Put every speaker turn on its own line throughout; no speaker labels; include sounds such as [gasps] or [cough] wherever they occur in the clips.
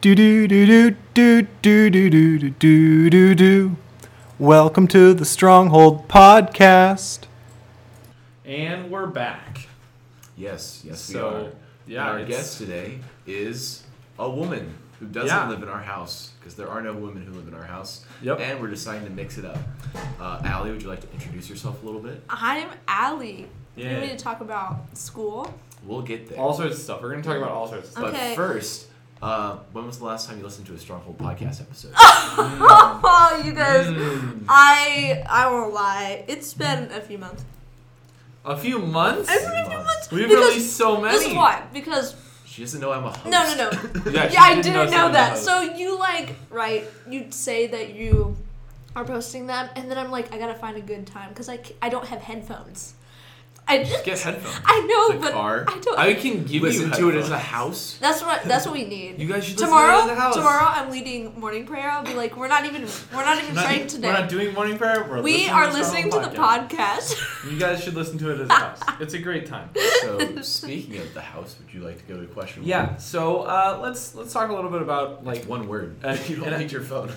Do do do do do do do do do do do do. Welcome to the Stronghold Podcast.
And we're back.
Yes, yes,
So,
we are.
yeah,
and our
it's-
guest today is a woman who doesn't
Yeah.
live in our house because there are no women who live in our house.
Yep.
And we're deciding to mix it up. Uh, Allie, would you like to introduce yourself a little bit?
I'm Allie. You
Yeah.
want me to talk about school?
We'll get there.
All sorts of stuff. We're gonna talk about all sorts of stuff.
but
Okay.
first, uh, when was the last time you listened to a Stronghold podcast episode?
Mm.
[laughs] Oh, you guys. I I won't lie. It's been a few months.
A few months?
It's been a few months.
We've
because-
released so many.
This is why. Because
she doesn't know I'm a host.
no, no,
[laughs]
no.
Yeah, she
yeah, I
didn't
didn't
some
know
of
that.
those.
So you like right? You say that you are posting them, and then I'm like, I gotta find a good time because I c- I don't have headphones. I just
get
[laughs]
headphones.
I know,
The
but
car.
I don't.
I can give
Listen
you
to it as a
headphones.
house.
that's what that's what we need.
You guys should listen to it
tomorrow,
as a house.
tomorrow I'm leading morning prayer. I'll be like, we're not even we're not even
We're not-
praying today.
We're not doing morning prayer. We're
We
listening
are
to
listening to
Stronghold
the
[laughs]
podcast.
You guys should listen to it as a
[laughs]
house. It's a great time.
So speaking of the house, would you like to go to question one?
Yeah. So uh, let's let's talk a little bit about
Like
like
one word.
Uh, [laughs]
you
and
don't
I-
need your phone.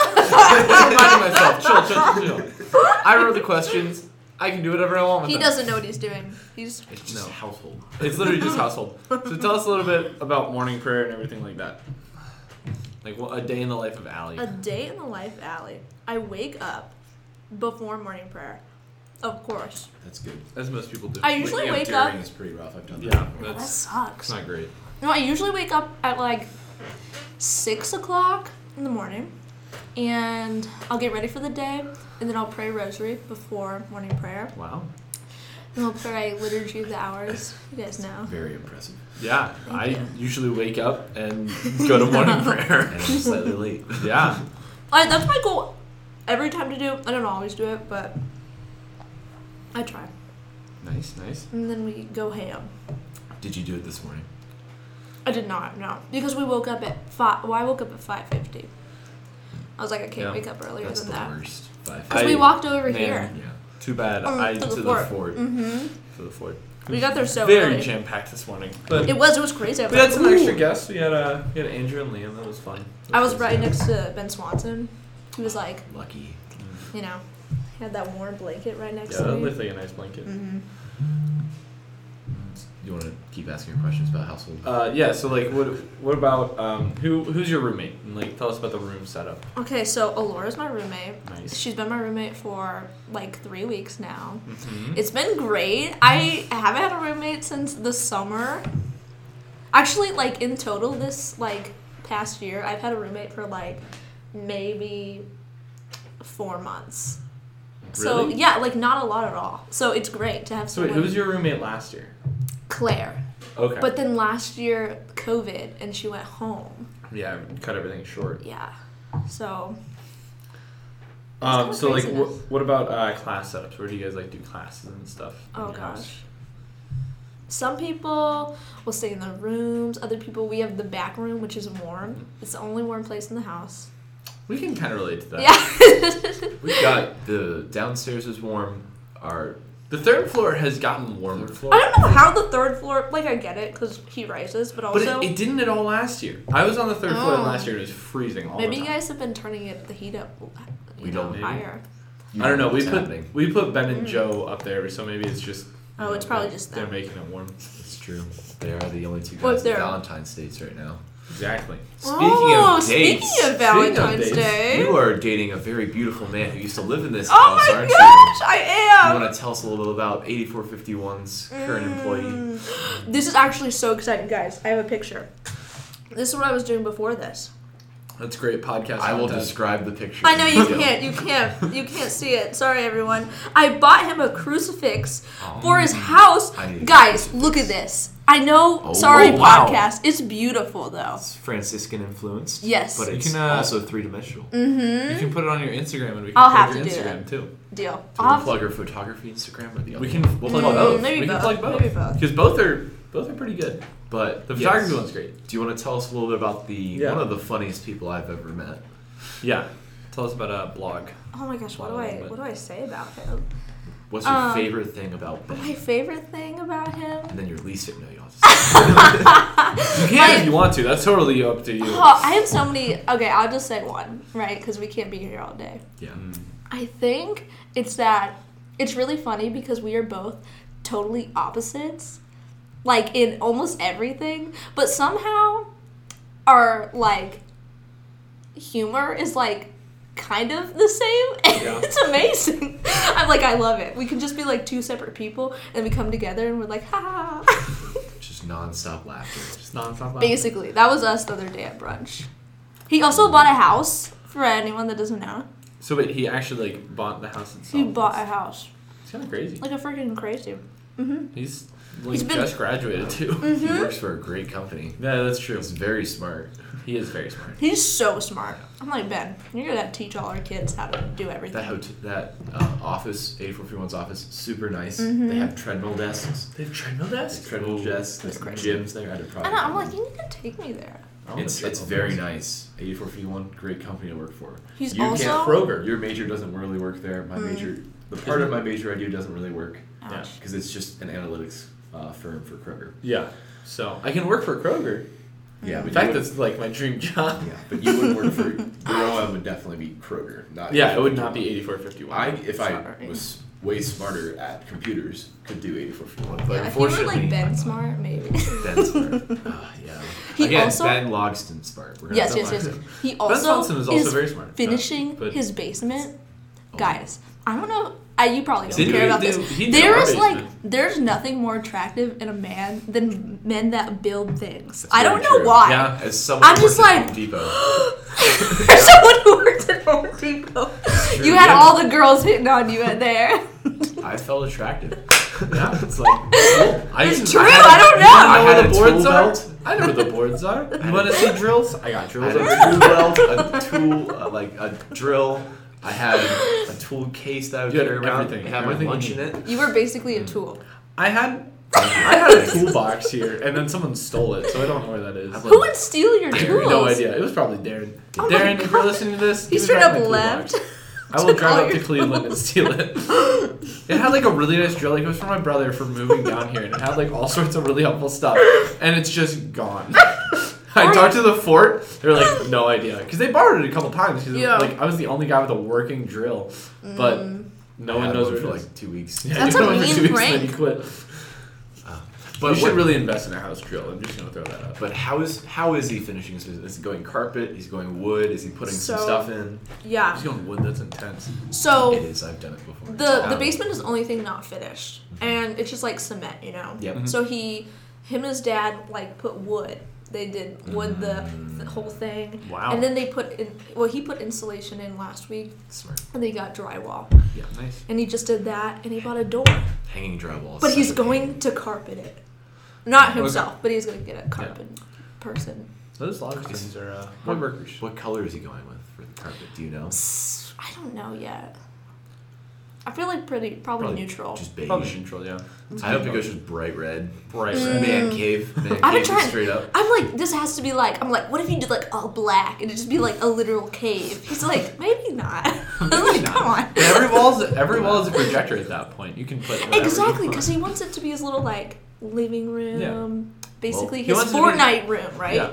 I'm reminding
[laughs]
myself. Chill, chill, chill.
[laughs]
I wrote the questions. I can do whatever I want with
he
them.
doesn't know what he's doing. He's
It's just
No.
household.
It's literally just household. So tell us a little bit about morning prayer and everything like that. Like what a day in the life of Allie.
a day in the life alley. I wake up before morning prayer. Of course.
That's good.
As most people do.
I usually
Waking
wake
up
up.
during is pretty rough. I've done that.
Yeah,
before.
That
that's it's
sucks.
not great.
No, I usually wake up at like six o'clock in the morning, and I'll get ready for the day, and then I'll pray rosary before morning prayer.
Wow.
And I'll pray liturgy of the hours. You guys know.
Very [laughs] impressive.
Yeah, I usually wake up and go to
[laughs]
morning prayer.
And I'm slightly late.
Yeah.
Like that's my goal every time to do. I don't always do it, but I try.
Nice, nice.
And then we go ham.
Did you do it this morning?
I did not, no. Because we woke up at five well, I woke up at five fifty. I was like, I can't
Yeah,
wake up earlier
That's
than
the
that.
worst. Five.
Because
I-
we walked over
man.
here.
yeah.
Too bad
Um,
I
to
To
the
the
fort.
fort.
Mm-hmm.
To the fort.
We got there so
Very
early.
jam packed this morning. But
It was it was crazy. I was,
we had
like,
some extra
"Ooh."
guests. We had uh we had Andrew and Liam, that was fun.
I was right next to Ben Swanson. He was like,
Lucky.
you know, he had that warm blanket right next
Yeah,
to
that
me.
looked like a nice blanket.
hmm
You want to keep asking your questions about household?
Uh, yeah, so like what what about um who who's your roommate? And like tell us about the room setup.
Okay, so Alora's my roommate.
Nice.
She's been my roommate for like three weeks now.
Mm-hmm.
It's been great. I haven't had a roommate since the summer. Actually, like in total, this like past year, I've had a roommate for like maybe four months. So
Really?
yeah, like not a lot at all. So it's great to have
So
someone.
wait, who was your roommate last year?
Claire?
Okay.
But then last year, COVID, and she went home.
yeah, I cut everything short.
Yeah. So
Um,
kinda
so like,
craziness.
wh- what about uh, class setups? Where do you guys like do classes and stuff? in
Oh,
your house?
gosh. Some people will stay in their rooms. Other people, we have the back room, which is warm. It's the only warm place in the house.
we can kind of relate to that.
Yeah.
We got the downstairs is warm. Our
The third floor has gotten warmer,
third
[laughs] I
floor.
don't know how the third floor. Like I get it because he rises, but
but
also
it, it didn't at all last year. I was on the third floor
Oh.
last year and it was freezing all
maybe
the
you
time.
guys have been turning it the heat up. You
We
know,
don't, maybe.
higher.
You
I don't know. We
what's
put
happening.
we put Ben and Joe up there, so maybe it's just. you
Mm. Oh,
know,
it's probably
they're-
just
they're
them.
making it warm.
It's true. They are the only two
Well,
guys in
they're-
Valentine's dates right now.
Exactly.
Speaking
oh,
of dates,
speaking of
speaking of
Valentine's
dates,
Day.
you are dating a very beautiful man who used to live in this
Oh
house,
my
aren't you?
gosh,
You
I am.
want to tell us a little bit about 8451's current employee?
Mm. This is actually so exciting, guys. I have a picture. This is what I was doing before this.
That's great podcast.
I will
content.
describe the picture.
I know
[laughs]
you
Yeah.
can't. You can't. You can't see it. Sorry, everyone. I bought him a crucifix
Um,
for his house.
Oh, I need a
Guys, look at this. I know.
Oh,
sorry,
oh, wow.
podcast. It's beautiful though.
It's Franciscan influenced.
Yes.
But
You
it's
can, uh,
also three dimensional.
You
Mm-hmm.
can put it on your Instagram and we can
I'll
plug
have
your
to do
Instagram
that.
too.
Deal.
Do we
Off.
plug our photography Instagram or the other
We can
one?
we'll
Mm,
plug both.
maybe
we
both,
can plug both.
maybe both.
Because both are both are pretty good.
But
The
yes.
photography one's great.
Do you want to tell us a little bit about the
Yeah.
one of the funniest people I've ever met?
Yeah. Tell us about a blog.
[laughs] Oh my gosh, what do I? What do I say about him?
What's your
Um,
favorite thing about Ben?
My favorite thing about him.
And then your least favorite. No, you
[laughs]
don't have to
You can if you want to. That's totally up to you.
Oh, I have so many. Okay, I'll just say one, right? Because we can't be here all day.
say. Yeah.
Mm.
I think it's that it's really funny because we are both totally opposites, like in almost everything, but somehow our like humor is like kind of the same [laughs] and
Yeah.
it's amazing i'm like i love it we can just be like two separate people and we come together and we're like ha ha.
It's just
[laughs]
nonstop laughter. It's just-
It's nonstop.
Basically, that was us the other day at brunch. He also bought a house. For anyone that doesn't know,
So wait, he actually like bought the house itself.
he bought a house.
It's kind of crazy.
Like a freaking crazy.
He's like
He's been-
just graduated too.
Mm-hmm.
He works for a great company.
Yeah, that's true.
He's very smart.
He is very smart.
He's so smart. I'm like Ben. You're gonna have to teach all our kids how to do everything.
That hotel, that uh, office, 8431's office, super nice.
Mm-hmm.
They have treadmill desks.
They have treadmill desks.
Treadmill desks. There's
Christ.
gyms there. I had a
I
problem.
know. I'm like, you need to take me there.
Oh,
It's, it's very nice. 8431, great company to work for.
He's
you
also. Mm.
can't Kroger. Your major doesn't really work there. My major, the part of my major I do doesn't really work
Ouch.
Yeah.
because it's just an analytics uh, firm for Kroger.
Yeah. So I can work for Kroger.
Yeah,
In
but you
fact,
would-
that's like my dream [laughs] job.
[laughs] yeah, but you wouldn't work for your OM would definitely be Kroger. Not
Yeah, it would not be 8451.
I if I
Sorry.
was way smarter at computers, could do 8451, but
Yeah, if you were
unfortunately,
like Ben
[laughs]
smart, maybe. [laughs]
Ben's smart. [laughs] Ah, yeah.
He
Again,
also-
Ben Logston smart. We're not
yes,
done
yes, yes.
Logston.
He
ben
also
Thompson
is
is also very smart.
finishing
but-
his basement.
Oh.
Guys, I don't know. I, you probably don't
Did
care
he
about
do- he
this.
did
There
our
is like,
basement.
there's nothing more attractive in a man than men that build things. I don't
Very
know
true.
why. [laughs]
Yeah, as someone
I'm
who
just
works at
like-
Home Depot.
[gasps] Or someone who works at Home Depot. You had
yeah.
all the girls hitting on you at there. [laughs]
I felt attractive.
[laughs] Yeah, it's like cool. I,
It's true, I don't know.
I
I
know
had
where the
a
boards
tool
are.
belt.
I know where the boards are. [laughs] You
had
want
a-
to see drills? I got
I
drills.
had
over
a
here.
tool
[laughs]
belt, a tool, uh, like a drill. I had a tool case that I would
You had
carry around.
everything,
I had my
everything you
lunch in
needed.
it.
You were basically a tool.
I had I had a toolbox here, and then someone stole it, so I don't know where that is.
I'm like-
Who would steal
[laughs]
your
I
tools?
have no idea. It was probably Darren.
Oh my
Darren, if you're
God.
listening to this,
He
give me
straight
back
up
my
left.
toolbox. I will
Took all
drive up to
your
Cleveland and steal it. It had like a really nice drill. Like it was from my brother for moving down here, and it had like all sorts of really helpful stuff. And it's just
[laughs]
gone. I talked to the fort. They were like, no idea, because they borrowed it a couple times. Because
Yeah. Mm.
like I was the only guy with a working drill, but no
I
one
had
knows
one
where it
for
is.
like two weeks.
Yeah, [laughs]
That's
you
a
know, for
mean
two weeks, then
prank.
you quit. you
But
should
what-
really invest in a house drill. I'm just gonna throw that up.
But how is how is he finishing his business? Is he going carpet? Is he going wood? Is he putting some
So-
stuff in?
Yeah.
Just going wood. That's intense.
It
So
is. I've done it before.
the the
Um,
basement is the only thing not finished, and it's just like cement, you know.
Yep.
So he, him and his dad like put wood. They did wood the,
Mm.
the whole thing,
Wow.
and then they put in. Well, he put insulation in last week,
Smart.
and they got drywall.
Yeah, nice.
And he just did that, and he bought a door.
Hanging drywall.
But he's going to carpet it. Not
Okay.
himself, but he's going to get a carpet person.
Those lodgers are uh, woodworkers.
What color is he going with for the carpet? Do you know?
S- I don't know yet. I feel like pretty probably, neutral.
Just beige.
Probably neutral, yeah.
I hope it goes just bright red.
bright
Just
Mm.
red.
Man cave. Man
I've been
cave
trying.
straight up.
I'm like, this has to be like. I'm like, what if you did like all black and it just be like a literal cave?
[laughs]
He's like, maybe not. I'm [laughs] like, come on.
But every wall's every wall is a projector at that point. You can put whatever
Exactly,
you
because he wants it to be his little like living room, basically
he
his
wants it to be-
Fortnite room, right?
Yeah.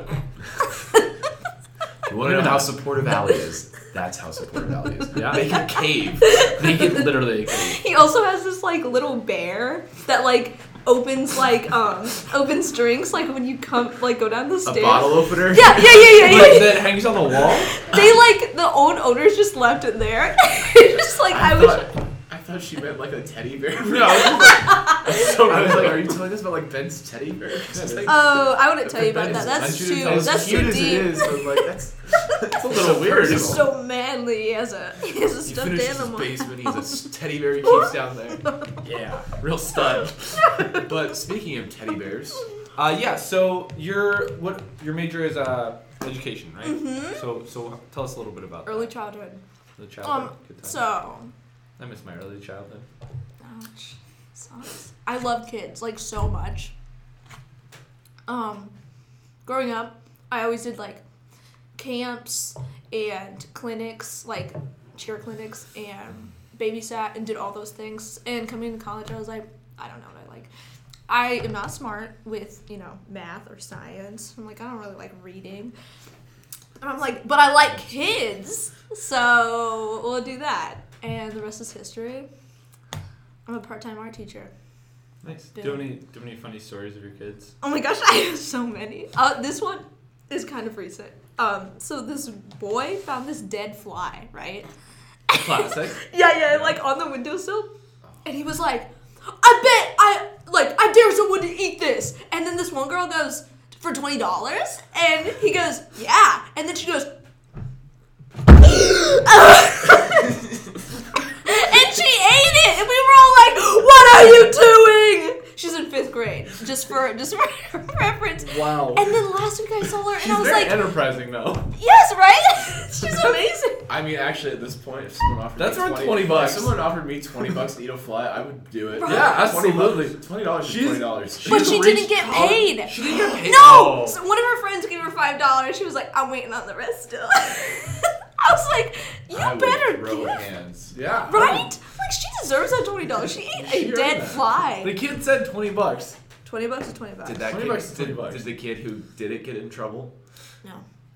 You want to know how supportive Allie is? That's how supportive Allie
[laughs]
is.
Yeah.
Make a cave.
want. Make it literally a cave.
[laughs] He also has this like little bear that like opens like um opens drinks like when you come like go down the
A
stairs.
bottle opener.
yeah, yeah, yeah,
[laughs]
yeah.
Like
yeah.
that hangs on the wall.
they like the old owners just left it there. [laughs] just like I, wish.
I thought she meant like a teddy bear.
No, I was so
[laughs] I was like, are
[laughs]
like,
you telling us about like Ben's teddy bear? [laughs] It's like,
Oh, I wouldn't tell you about
That
that.
I
is-
That's
should've
too.
told you.
That's
cute
too
as it
deep.
is, I was like,
[laughs]
that's, that's a
It's
little
so
weird.
personal.
So manly. He has a [laughs] he has a
he
stuffed
finishes his
animal.
basement. He's a teddy bear he keeps down there. Yeah, real
[laughs]
stud. but speaking of teddy bears,
uh, yeah. So your what your major is uh education, right? So so tell us a little bit about
[laughs] Mm-hmm. Early
that.
childhood.
the childhood.
Um.
Good times.
So.
I miss my early childhood.
Ouch. Sucks. Oh, I love kids like so much. Um, growing up, I always did like camps and clinics, like cheer clinics and babysat and did all those things. And coming to college, I was like, I don't know what I like. I am not smart with, you know, math or science. I'm like, I don't really like reading. And I'm like, but I like kids, so we'll do that. And the rest is history. I'm a part time art teacher.
Nice. Do
Been-
you have any do you have any funny stories of your kids?
Oh my gosh, [laughs] I have so many. Uh, this one is kind of recent. Um, so this boy found this dead fly, right? [laughs]
Classic.
Yeah, yeah, like on the windowsill. And he was like, I bet I like I dare someone to eat this. And then this one girl goes, For twenty dollars? And he goes, Yeah. And then she goes [laughs] And she ate it! And we were all like, What are you doing? She's in fifth grade, just for just for [laughs] reference.
Wow.
And then last week I saw her and
She's
I was
very
like,
enterprising though.
Yes, right? [laughs] She's amazing.
I mean, actually, at this point, if someone offered
That's
me
around
20,
20 bucks.
If someone offered me twenty bucks to eat a fly, I would do it.
Bro.
Yeah, absolutely.
Twenty dollars is
She's-
twenty dollars.
But
She's
she
rich
didn't get
college-
paid.
She didn't get paid.
No!
Oh.
So one of her friends gave her five dollars. She was like, "I'm waiting on the rest still." [laughs] I was like, "You
I would
better
throw
give,
hands.
Yeah.
right? Like she deserves that twenty dollars. She ate
She
a
earned
dead
that. The
fly.
kid said twenty bucks.
Twenty bucks is twenty bucks.
Did that
20
kid?
bucks is 20
did,
bucks.
did the kid who did it get in trouble?
No.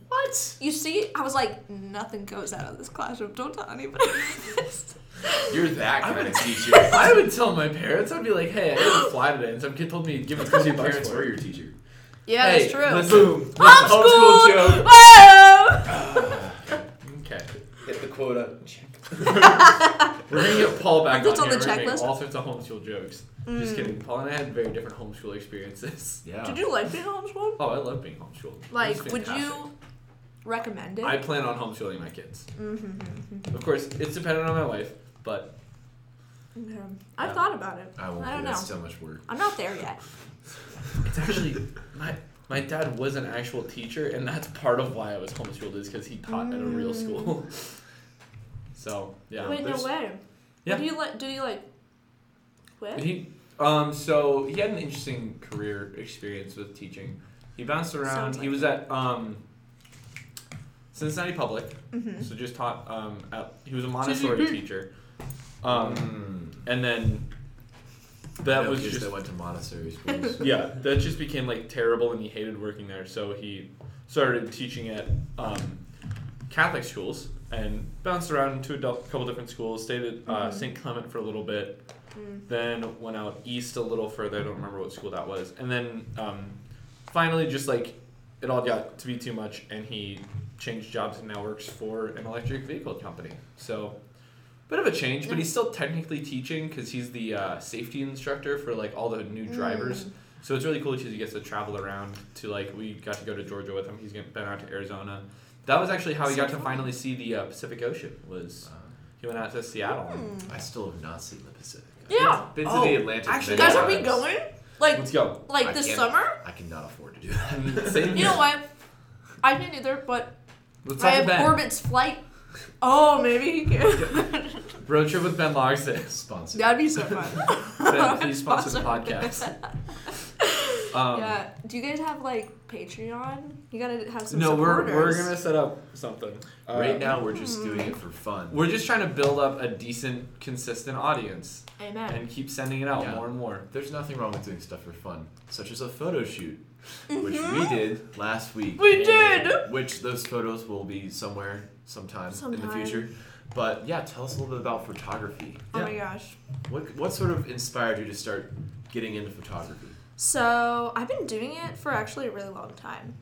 What?
You see, I was like, nothing goes out of this classroom. Don't tell anybody [laughs] this.
You're that
[laughs]
kind of teacher.
I would tell my parents. I'd be like, "Hey, I didn't fly today," and some kid told me to give him [laughs]
Because
twenty
your
bucks
parents
for
were
it.
your teacher.
Yeah,
hey,
that's true. [laughs]
listen, Boom.
Homeschooled.
joke.
Whoa.
Okay.
Hit the quota.
We're gonna get Paul back
That's
on,
on the
here. We're gonna make
checklist. Mm.
all sorts of homeschool jokes. Just kidding. Paul and I had very different homeschool experiences. [laughs]
Yeah.
Did you like being homeschooled?
Oh, I love being homeschooled. It was
Like, would
fantastic.
you recommend it? Mm-hmm.
I plan on homeschooling my kids. Of course, it's dependent on my wife, but
Okay. Um, I've thought about it.
I won't
I don't
do that.
know.
So much work.
I'm not there yet.
it's actually my my dad was an actual teacher, and that's part of why I was homeschooled is because he taught at a real school. [laughs] so yeah,
Mm. Wait, no
there's-
way.
Yeah.
Do you like? Do you like? Quit?
He, um, so he had an interesting career experience with teaching. He bounced around.
Sounds
he
like
was at um, Cincinnati Public,
Mm-hmm.
so just taught. Um, at, he was a Montessori teacher, um, and then that was just
I went to Montessori schools.
[laughs] yeah. That just became like terrible, and he hated working there. So he started teaching at um, Catholic schools and bounced around to a dou- couple different schools. Stayed at uh, St. Clement for a little bit, then went out east a little further. I don't remember what school that was. And then um, finally, just like it all got to be too much, and he changed jobs and now works for an electric vehicle company. So. Bit of a change, but he's still technically teaching because he's the uh, safety instructor for like all the new drivers.
Mm.
So it's really cool because he gets to travel around to like we got to go to Georgia with him. He's get- been out to Arizona. That was actually how he
So
got to
cool.
finally see the uh, Pacific Ocean. Was he went out to Seattle?
um,
Hmm.
I still have not seen the Pacific.
Yeah.
Been to
Oh,
the Atlantic.
actually,
many
Guys, are we
times.
going? Like,
Let's
[laughs]
go.
like
I
this
can't-
summer?
I cannot afford to do that. [laughs]
Same
You know what? I didn't either, but
Let's
I
talk to
have
Ben.
Orbit's flight. Oh, maybe he can. [laughs]
Road trip with Ben Logsdale.
Sponsored.
That'd
[laughs]
be so fun.
Ben, please sponsor the
Sponsor.
podcast.
[laughs]
Um,
yeah. Do you guys have like Patreon? You gotta have some.
No, we're, we're
supporters.
gonna set up something. Uh,
right now, we're
Hmm.
just doing it for fun.
we're just trying to build up a decent, consistent audience
Amen.
and keep sending it out
Yeah.
more and more.
There's nothing wrong with doing stuff for fun, such as a photo shoot, which we did last week.
Mm-hmm. We did.
Which those photos will be somewhere, sometime, in
Sometime.
the future. But yeah, tell us a little bit about photography.
Oh my gosh.
What what sort of inspired you to start getting into photography?
So I've been doing it for actually a really long time.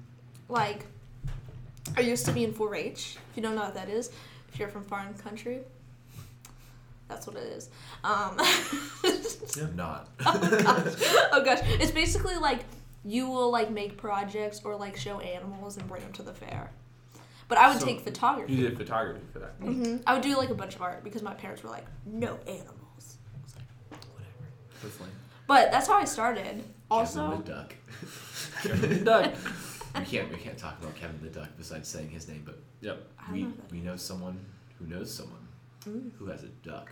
Like, I used to be in 4-H. If you don't know what that is, if you're from foreign country, that's what it is. Um, [laughs]
I'm Not.
oh gosh, it's basically like you will like make projects or like show animals and bring them to the fair. But I would
So,
take photography.
You did photography for that.
Mhm. I would do like a bunch of art because my parents were like, no animals.
That's lame.
But that's how I started.
Kevin
Also,
the Duck.
[laughs]
[laughs]
Doug.
We can't we can't talk about Kevin the Duck besides saying his name, but
Yep.
I
we
don't know that.
we know someone who knows someone who has a duck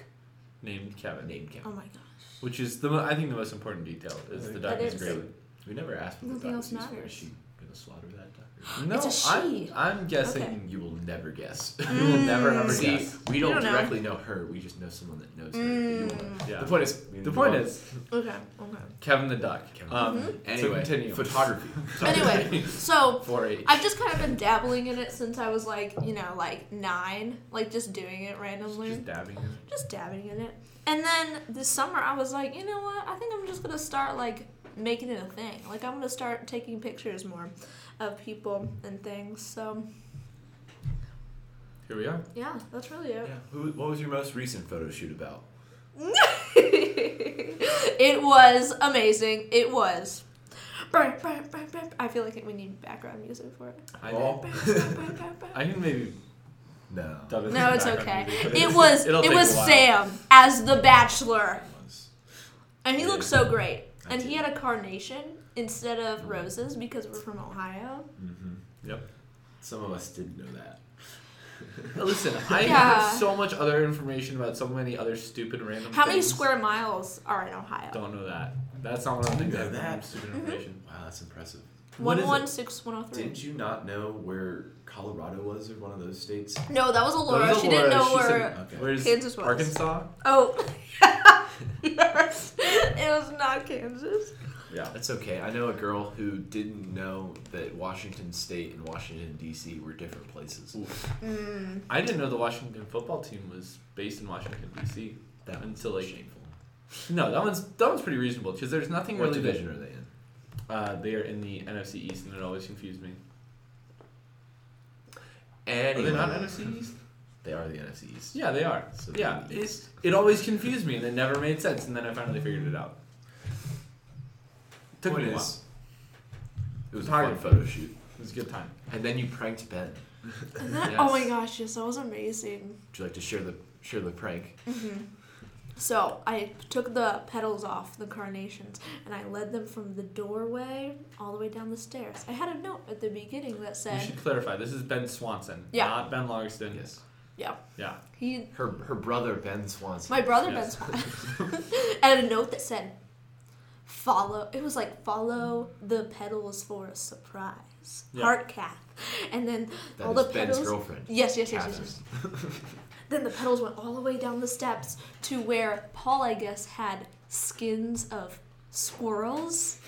Named Kevin.
named Kevin.
oh my god.
Which is the mo- I think the most important detail is the duck
That
is
is-
great.
We never asked what the
Nothing
duck
else
was used for.
matters.
Is she gonna slaughter that duck?
No,
It's a she.
I'm, I'm guessing
Okay.
you will never guess. you will never ever
See,
guess.
we don't,
don't know.
directly know. her. We just know someone that knows her. You will know.
Mm. Yeah.
The point is,
The point is,
Mm, Okay, okay.
Kevin the Duck.
Kevin.
Um,
Mm-hmm.
anyway,
So continue.
photography.
[laughs] Anyway, so
4-H.
I've just kind of been dabbling in it since I was like, you know, like nine, like just doing it randomly,
Just
just,
dabbing. in.
dabbing in it. And then this summer, I was like, you know what? I think I'm just gonna start like making it a thing. Like I'm gonna start taking pictures more of people and things. So
Here we are.
yeah, that's really it. [laughs]
Yeah. Who, what was your most recent photo shoot about?
it was amazing. It was. Brr, brr, brr, brr. I feel like we need background music for it.
I,
Well,
Brr, brr, brr, brr, brr.
I can maybe
No.
dub [laughs] it
No,
in
it's okay.
background [laughs] music, but
It was
it'll
it
take
was
a while.
Sam as the bachelor,
Was-
and he
Yeah.
looked so great.
I
And he
did.
had a carnation instead of roses because we're from Ohio.
Mm-hmm. Some of us didn't know that.
Listen, I
Yeah.
have so much other information about so many other stupid random.
How many
things.
square miles are in Ohio?
Don't know that. That's not what I'm thinking.
know
of.
that.
Stupid
Mm-hmm.
information.
Wow, that's impressive.
One
What
one
is
six one zero
it?
three.
Didn't you not know where Colorado was or one of those states?
No, that was a Laura.
Those are
She
Laura's.
didn't know
She
where.
said,
Okay.
Where's
Kansas was.
Arkansas?
Oh. [laughs] Yes. It was not Kansas.
Yeah. That's okay. I know a girl who didn't know that Washington State and Washington D.C. were different places.
I didn't know the Washington football team was based in Washington D.C.
That one's
Until, like,
shameful.
No, that one's that one's pretty reasonable because there's nothing
What
really that-
division are they in?
Uh, they are in the NFC East, and it always confused me.
Anyway,
Are they not NFC East?
They are the NFC East.
Yeah, they are.
So they're
yeah,
in the
it,
East.
it always confused me, and it never made sense. And then I finally figured it out. Took
Point
me a while.
is, it was a
Tiger.
fun photo shoot,
It was a good time.
and then you pranked Ben.
And that,
Yes.
Oh my gosh, yes, that was amazing.
Would you like to share the share the prank?
So I took the petals off the carnations and I led them from the doorway all the way down the stairs. I had a note at the beginning that
We
[laughs]
said,
should clarify. This is Ben Swanson,
Yeah.
not Ben Logston.
Yes.
"Yeah,
Yeah.
he,
Her her brother Ben Swanson.
my brother
Yes.
Ben
[laughs]
[laughs] Swan." I had a note that said, "Follow." It was like, "Follow the petals for a surprise."
Yeah.
Heart cat, and then
That
all
is
the
Ben's
petals.
girlfriend.
Yes, yes, yes, yes,
Catherine.
yes. Then the petals went all the way down the steps to where Paul, I guess, had skins of squirrels.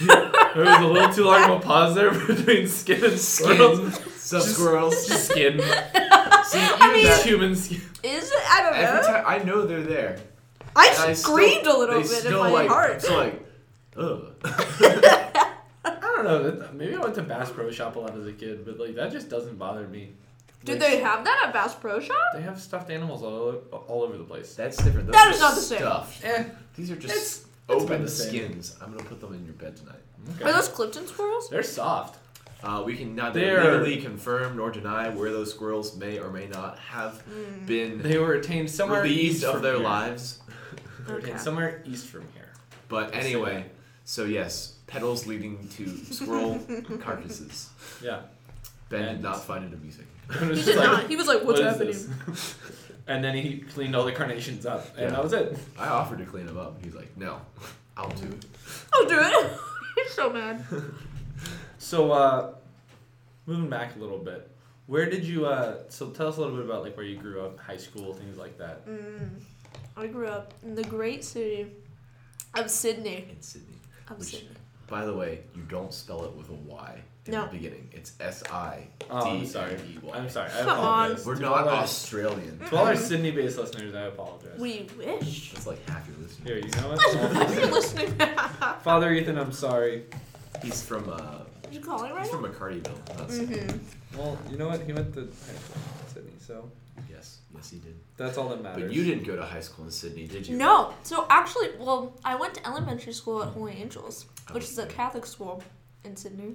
There was a little too long of a pause there [laughs] between skin and squirrels.
Sub
[laughs]
squirrels.
Just
[laughs]
skin.
See,
I
even that-
Just human skin.
Is it? I don't
every
know.
time I know they're there.
I
and I
screamed
still-
a little
they
bit in
still,
my
like,
heart.
So like, ugh.
I don't know. that- Maybe I went to Bass Pro Shop a lot as a kid, but like that just doesn't bother me.
Did
Like,
they have that at Bass Pro Shop?
They have stuffed animals all over, all over the place.
That's different. Those
That
are
is not the same.
Stuffed.
Eh,
These are just
It's- it's been
open
the same.
skins. I'm gonna put them in your bed tonight.
okay.
Are those Clifton squirrels?
They're soft.
Uh, we can neither
They're-
legally confirm nor deny where those squirrels may or may not have
Mm.
been
They were attained somewhere
released
east
of
from
their
here.
lives.
They were attained
Okay.
somewhere east from here.
But anyway, so yes, petals leading to squirrel
[laughs]
carcasses.
Yeah.
Ben
And-
did not find it amusing.
[laughs] It was
He
just
did
like,
not. He was like, "What's
"What is
happening?"
this?" [laughs] and then he cleaned all the carnations up, and
Yeah.
that was it.
I offered to clean him up. He's like, no, I'll do it.
[laughs] I'll do it. [laughs] He's so mad.
So, uh, moving back a little bit, where did you? Uh, so tell us a little bit about like where you grew up, high school, things like that.
Mm. I grew up in the great city of Sydney.
In Sydney.
Of
Which-
Sydney.
By the way, you don't spell it with a Y in
No.
the beginning. It's S I D
Oh, I'm sorry.
E
I'm
Y.
sorry. I
Come on.
apologize.
We're
To
not
all our-
Australian.
To all our Sydney-based listeners, I apologize.
We [laughs] wish.
That's like half your
Here,
listeners.
you know
If you're
what? [laughs]
[laughs] listening, what
Father Ethan, I'm sorry.
He's from uh,
you calling right
he's
now?
from McCartyville. Not Sydney.
Mm-hmm.
Well, you know what? He went to high school in Sydney, so
Mm-hmm.
Yes, yes, he did.
that's all that matters.
But you didn't go to high school in Sydney, did you?
No. So actually, well, I went to elementary school at Holy Angels, which is a Catholic school in Sydney.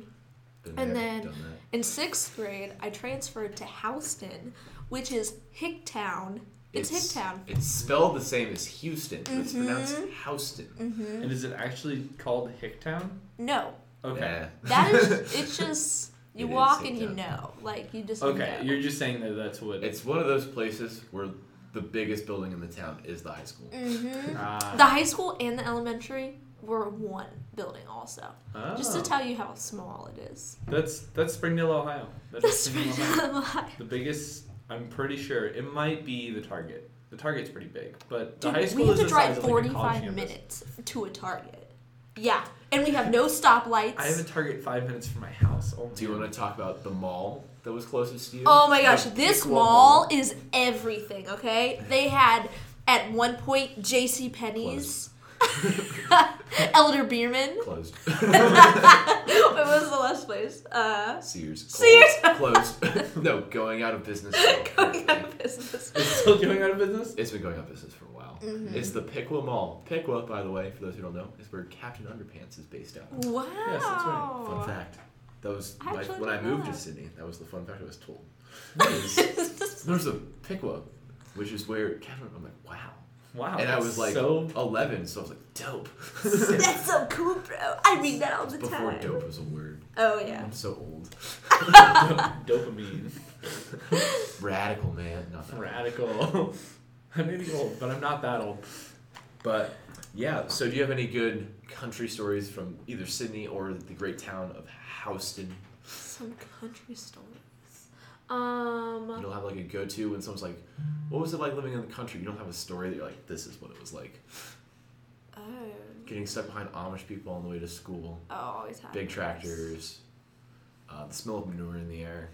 Been there,
And then-
done that.
In sixth grade, I transferred to Houston, which is Hicktown. It's, Hicktown.
It's spelled the same as Houston, but it's pronounced
Mhm.
Houston.
Mm-hmm.
And is it actually called Hicktown?
No,
Okay.
Yeah.
[laughs]
that is. It's just you
It is
walk and you
Hicktown.
know, like you just.
Okay,
Know.
you're just saying that that's what.
It's one of those places where the biggest building in the town is the high school.
hmm
Ah.
The high school and the elementary were one building also.
Oh.
Just to tell you how small it is.
That's that's Springdale, Ohio.
[laughs]
That is
That's
Springdale,
right.
Ohio.
I'm like-
The biggest, I'm pretty sure, it might be the Target. The Target's pretty big, but the
Dude,
high school
we have
is
to
the
drive
size of, like, a college
45
campus.
minutes to a Target. Yeah, and we have no stoplights.
I have a Target five minutes from my house. Oh,
Do you want to talk about the mall that was closest to you?
Oh my gosh,
The
this
Equal
mall is everything, okay? They had at one point JC
[laughs]
Penney's [laughs] Elder Beerman.
Closed.
what was the last place? Uh
Sears. closed.
[laughs] Sears.
Closed. [laughs] no, going out of business.
[laughs] going out of business.
It's [laughs] still going out of business?
It's been going out of business for a while.
Mm-hmm.
It's the Piqua Mall. Piqua, by the way, for those who don't know, is where Captain Underpants is based out. of.
Wow.
Yes, that's right.
Fun fact. That was
I
my,
actually
when I
didn't
moved to
know that.
Sydney. That was the fun fact I was
[laughs]
told. There's a Piqua, which is where Captain. I'm like, wow.
Wow.
and I
that's
was like
so
11, so I was like, dope.
That's so cool, bro. I read that all the
Before
time.
dope was a word.
Oh yeah.
I'm so old.
dopamine. [laughs]
Radical man. Not that.
Radical. [laughs] I'm maybe old, but I'm not that old.
But yeah, so do you have any good country stories from either Sydney or the great town of Houston?
Some country stories. Um
You don't have like a go to when someone's like, What was it like living in the country? You don't have a story that you're like, This is what it was like.
oh,
Getting stuck behind Amish people on the way to school,
oh always happens.
big tractors, uh, the smell of manure in the air,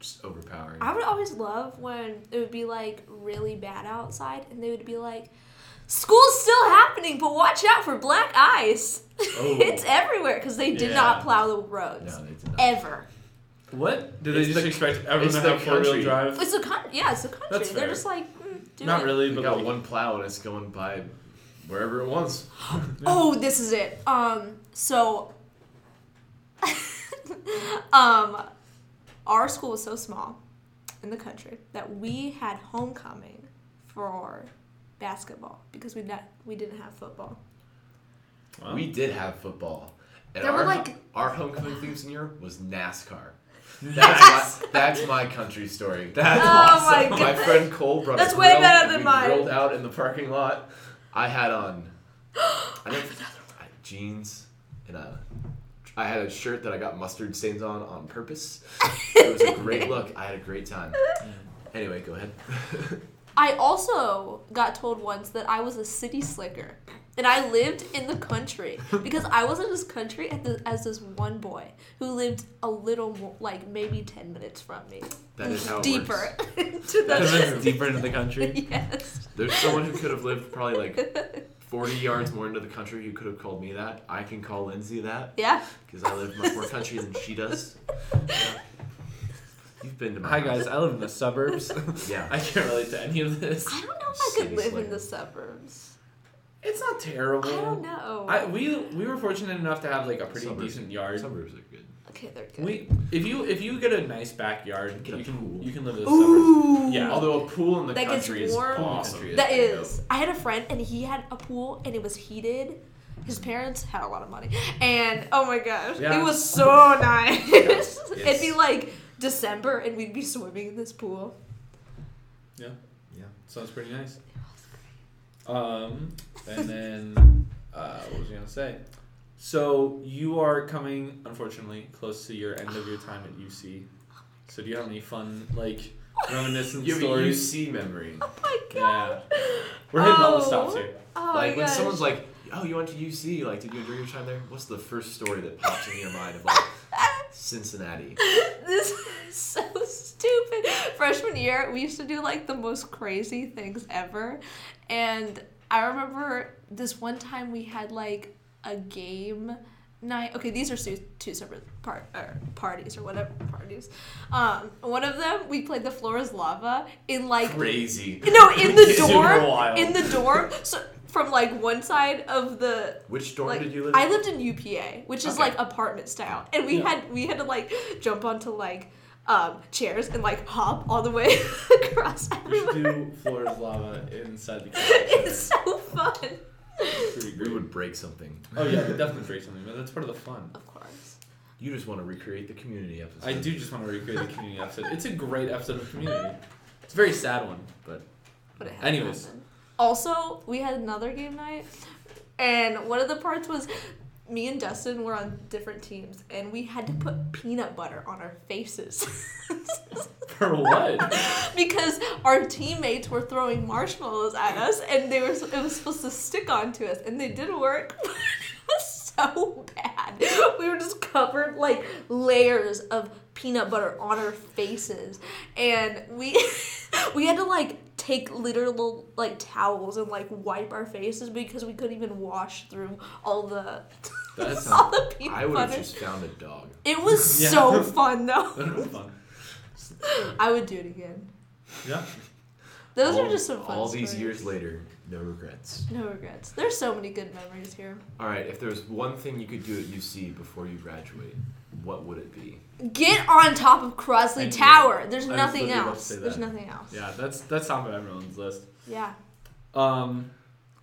just overpowering.
I would always love when it would be like really bad outside and they would be like, school's still happening, but watch out for black ice. [laughs]
Oh.
it's everywhere because they did not
Yeah.
plow the roads.
No, they did not.
Ever.
What? Do
It's
they just
the-
expect everyone
it's
to
the
have four wheel
country.
drive?
It's a country. Yeah, it's a country.
That's
They're
fair.
just like, mm, do
Not
it.
really,
we
but [laughs]
got
like,
one plow and it's going by wherever it wants.
Oh, this is it. Um, so, [laughs] um, our school was so small in the country that we had homecoming for basketball because we not, we didn't have football.
Wow.
We did have football. And
There were,
our,
like-
our homecoming theme senior was
[laughs]
NASCAR. That's, my, that's my country story.
That's
Oh
awesome.
my
my goodness.
friend Cole brought
That's
a
way
grill,
better
and
than
we
mine.
Rolled out in the parking lot. I had
[gasps]
on. I don't I- jeans and a. I had a shirt that I got mustard stains on on purpose. It was a
[laughs]
great look. I had a great time. Anyway, go ahead.
I also got told once that I was a city slicker. And I lived in
[laughs]
the country because I was in this country at the, as this one boy who lived a little more, like maybe 10 minutes from me.
That is how it
Deeper.
works.
[laughs] into
Because
the,
it's deeper into the country.
yes.
There's someone who could have lived probably like
[laughs]
40 yards more into the country who could have called me that. I can call Lindsay that
Yeah.
because I live much more country than she
[laughs]
does. You've been to my
Hi
house.
guys, I live in the
[laughs]
suburbs.
Yeah.
I can't relate to any of this.
I don't know if I could
City
live
slicker.
in the suburbs.
It's not terrible.
I don't know.
I, we we were fortunate enough to have like a pretty
Suburbs.
decent yard.
Suburbs are good.
okay, they're good.
We if you if you get a nice backyard,
Get a
you can
pool.
you can live in the suburbs.
Ooh.
Yeah.
Although a pool in the
That gets
country is
warm.
awesome.
That is. I had a friend and he had a pool and it was heated. His parents had a lot of money. And oh my gosh,
Yeah.
it was so
[laughs]
nice. It'd be
Yes.
like December and we'd be swimming in this pool.
Yeah.
Yeah.
Sounds pretty nice. Um,
[laughs]
and then uh, what was I gonna say? So you are coming, unfortunately, close to your end of your time at
[gasps]
UC.
Oh
So do you have any fun like
[laughs]
reminiscent
You have a
stories?
UC memory.
Oh my
Yeah,
god.
we're hitting all the
Oh.
stops here.
Oh my
like when
gosh.
someone's like, "Oh, you went to UC? Like, did you enjoy your time there?" What's the first story that pops into your mind of like
[laughs]
Cincinnati?
This is so stupid. Freshman year, we used to do like the most crazy things ever. And I remember this one time we had like a game night. Okay, these are two, two separate par- or parties or whatever parties. Um, one of them, we played the floor is lava in like
Crazy.
no [laughs] in the
Super
dorm
wild.
in the dorm. So from like one side of the
Which dorm
like,
did you live?
I
in?
lived in UPA, which is
Okay.
like apartment style, and we
Yeah.
had we had to like jump onto like um, chairs and like hop all the way [laughs] across
We should
everywhere.
do Florida's lava
[laughs]
inside the
It's
campus.
so fun.
It's pretty
We
great.
would break something.
Oh yeah, we definitely break something, but that's part of the fun.
Of course.
You just want to recreate the community episode.
I do just want to recreate the community episode. It's a great episode of community. It's a very sad one, but
But it had to
Anyways.
happen. Also, we had another game night And one of the parts was me and Dustin were on different teams, and we had to put peanut butter on our faces. [laughs]
For what?
because our teammates were throwing marshmallows at us, and they were it was supposed to stick onto us, and they did work. [laughs] but it was so bad. We were just covered like layers of peanut butter on our faces, and we [laughs] we had to like take literal like towels and like wipe our faces because we couldn't even wash through all the [laughs]
That's-
all the peanut
I would have
butter.
just found a dog.
It
[laughs]
was
Yeah.
so fun though.
That was fun.
I would do it again.
Yeah.
Those
all,
are just some fun.
All these
stories.
years later, no regrets.
No regrets. There's so many good memories here.
All right, if there was one thing you could do at UC before you graduate, what would it be?
Get on top of Crosley
I knew
Tower. There's
I was
nothing
literally about to
else.
say
There's
that.
nothing else.
Yeah, that's that's top of everyone's list.
Yeah.
Um,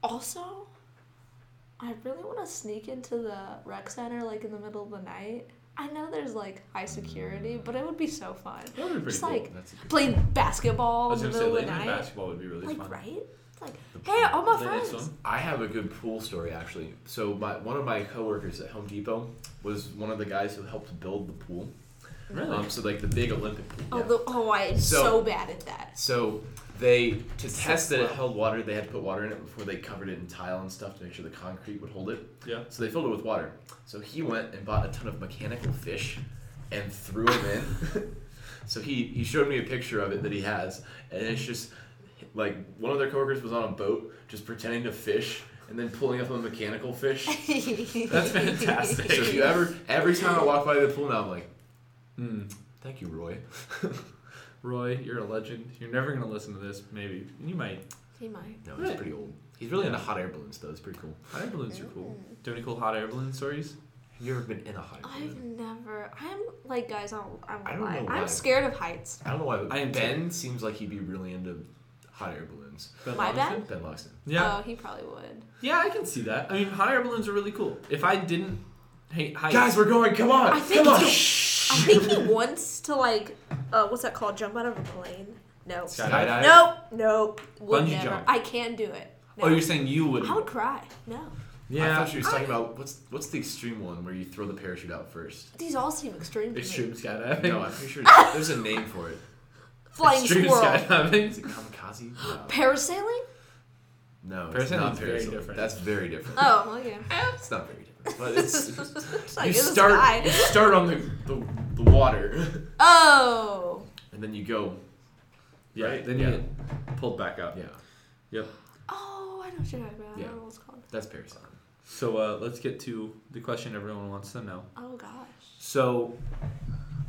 Also, I really want to sneak into the rec center like in the middle of the night. I know there's like high security, but it would be so fun.
that would be pretty
Just
cool.
like
That's a good
play
I
basketball in
was
the
gonna say
middle of
late
the
night
night.
basketball would be really
Like
fun.
right? It's like hey, all my
The next
friends.
one?
I have a good pool story actually. So my one of my coworkers at Home Depot was one of the guys who helped build the pool.
Really?
Um, so like the big Olympic pool.
Oh,
yeah.
the, oh, I am so,
So-
bad at that.
[laughs]
So they to test that it
slow.
held water, they had to put water in it before they covered it in tile and stuff to make sure the concrete would hold it.
Yeah.
So they filled it with water. So he went and bought a ton of mechanical fish and threw them in. [laughs] so he, he showed me a picture of it that he has, and it's just like one of their coworkers was on a boat just pretending to fish and then pulling up a mechanical fish. [laughs] so
That's
fantastic.
if you ever every time I walk by the pool now I'm like,
Hmm.
Thank you, Roy.
Roy, you're a legend. You're never gonna listen to this. Maybe you might.
[laughs] He might.
No, he's
Right.
pretty old. He's really into hot air balloons though, it's pretty cool.
Hot air balloons are cool. Do you have any cool hot air balloon stories?
Have you ever been in a hot air
I've
balloon?
never. I'm like, guys, I'm. I'm
I
I
don't
am i
know
am
why.
I'm scared of heights.
I don't know why, but
I am too.
Ben seems like he'd be really into hot air balloons.
Ben
My
Longston?
bad?
Ben Loxton.
Yeah.
Oh, he probably would.
Yeah, I can see that. I mean, hot air balloons are really cool. If I didn't hate heights,
Guys, we're going. Come on.
I think
come on.
I think he wants to like. Uh, what's that called? Jump out of a plane? No.
Skydive.
Skydive.
Nope. Nope. Would
Bungee
never.
jump.
I can't do it. No.
Oh, you're saying you would?
I would cry. No.
I
Yeah.
thought she was talking about what's what's the extreme one where you throw the parachute out first.
These all seem extreme.
[laughs]
To
Extreme
me.
skydiving.
No, I'm
[laughs]
pretty sure there's a name for it.
[laughs]
Flying
Extreme
squirrel.
Is
skydiving.
it kamikaze? No,
Parasailing?
no it's
Parasailing
not
is very
parasailing.
different.
That's very different.
Oh, okay. [laughs]
It's not very different. But it's,
It's like
you
in the
start you
sky.
start on the, the the water [laughs]
Oh.
and then you go.
Yeah.
Right?
Then
Yeah.
you get pulled back up.
Yeah,
Yep.
Oh, I know what you're talking about. I
Yeah.
don't know what it's called.
that's parasailing.
So uh, let's get to the question everyone wants to know.
Oh gosh.
So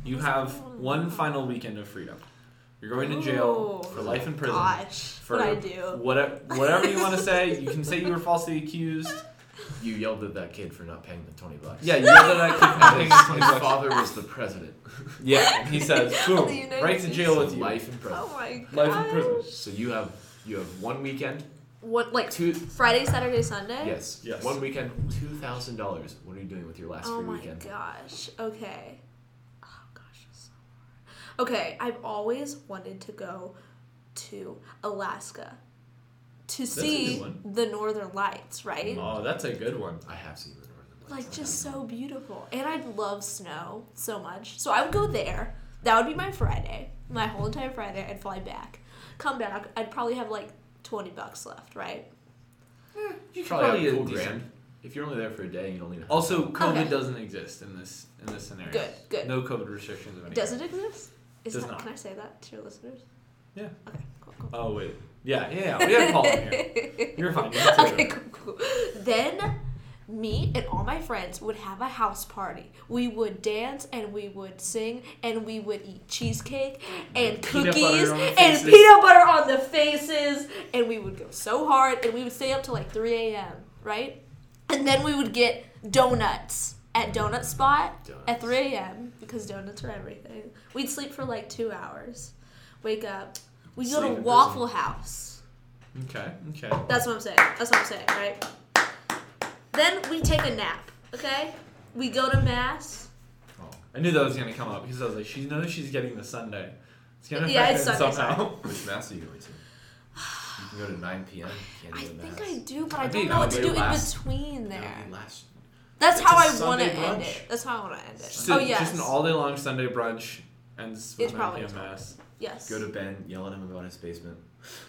you have one final weekend of freedom. You're going to jail
Oh,
for life in prison.
Gosh.
For
what I do.
Whatever, whatever you want to say. You can say you were falsely accused.
You yelled at that kid for not paying the twenty bucks. [laughs]
Yeah, you know that I
His,
keep
his
having
father was the president.
[laughs] Yeah, and he
[laughs]
[laughs]
says,
The
boom,
United
right to
States.
jail with you.
life in prison.
Oh my god.
Life in prison.
So you have you have one weekend.
What like
Two-
Friday, Saturday, Sunday?
Yes.
Yes.
One weekend, two thousand dollars. What are you doing with your last
Oh
free
my
weekend?
gosh. Okay. Oh gosh. it's so hard. Okay, I've always wanted to go to Alaska to
a good
see
one.
the northern lights, right?
Oh, that's a good one.
I have seen the Northern Lights.
Like just so beautiful. And I love snow so much. So I would go there. That would be my Friday. My whole entire Friday I'd fly back. Come back. I'd probably have like 20 bucks left, right?
You
probably
probably
a
have a cool
decent-
grand. If you're only there for a day, you don't need. A
Also, COVID
Okay.
doesn't exist in this in this scenario.
Good, good.
No COVID restrictions of any
Does it
kind.
exist? Is
Does
that,
not.
Can I say that to your listeners?
Yeah.
Okay, cool, cool.
Oh wait. Yeah, yeah, yeah. We have Paul in
[laughs]
here. [laughs] You're fine. You can say
okay,
that.
cool, cool. Then me and all my friends would have a house party. We would dance and we would sing and we would eat cheesecake and
butter
cookies
on the
and
faces.
peanut butter on the faces and we would go so hard and we would stay up till like 3 a.m., right? And then we would get donuts at Donut Spot at
Donuts.
3 a.m. because donuts are everything. We'd sleep for like two hours, wake up. We'd
Sleep
go
in
to
prison.
Waffle House.
Okay, okay.
That's what I'm saying. That's what I'm saying, right? Then we take a nap, okay? We go to mass.
I knew that was gonna come up because I was like, she knows she's getting the Sunday. It's gonna
Yeah,
affect
it's
it
[laughs] Sunday,
somehow.
Which mass are you going to? You can go to 9 p.m. Can't
I
do
think
mass.
I do, but I
That'd
don't
be-
know what
that
to
would
do
be last-
in between
That would
there.
be last-
That's
It's
how
a
I want to
Sunday
end
brunch.
it. That's how I want to end it.
Just,
oh
a-
yes.
just an all day long Sunday brunch and s- with
It's
9
probably
p.m.
time.
mass.
yes.
Go to Ben, yell at him about
[laughs]
his basement.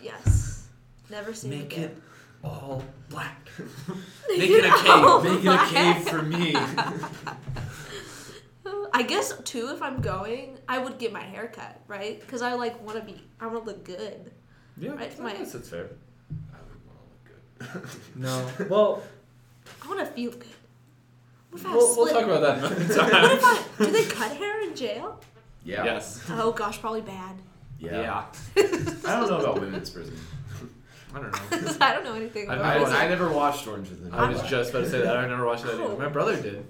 Yes. Never seen
Make
again.
it all
[laughs]
black.
Make it a
No.
cave.
Make it a cave for me.
[laughs] I guess too, if I'm going, I would get my hair cut, right? Because I like want to be, I want to look good.
Yeah,
Right,
I
my-
guess that's fair.
I would want to look good.
No.
[laughs]
Well,
I want to feel good. What if I have
we'll, we'll
slit-
talk about that another [laughs] time.
[laughs] What if I do they cut hair in jail?
[laughs]
Yeah.
Yes.
Oh gosh, probably bad.
[laughs]
[laughs]
Yeah.
yeah.
I don't know about women's prison.
I don't know.
I don't know
[laughs]
anything
I-
about
I,
it.
I never watched Orange is the New
I was
Black.
just about to say that. I never watched that either.
Oh.
My brother did.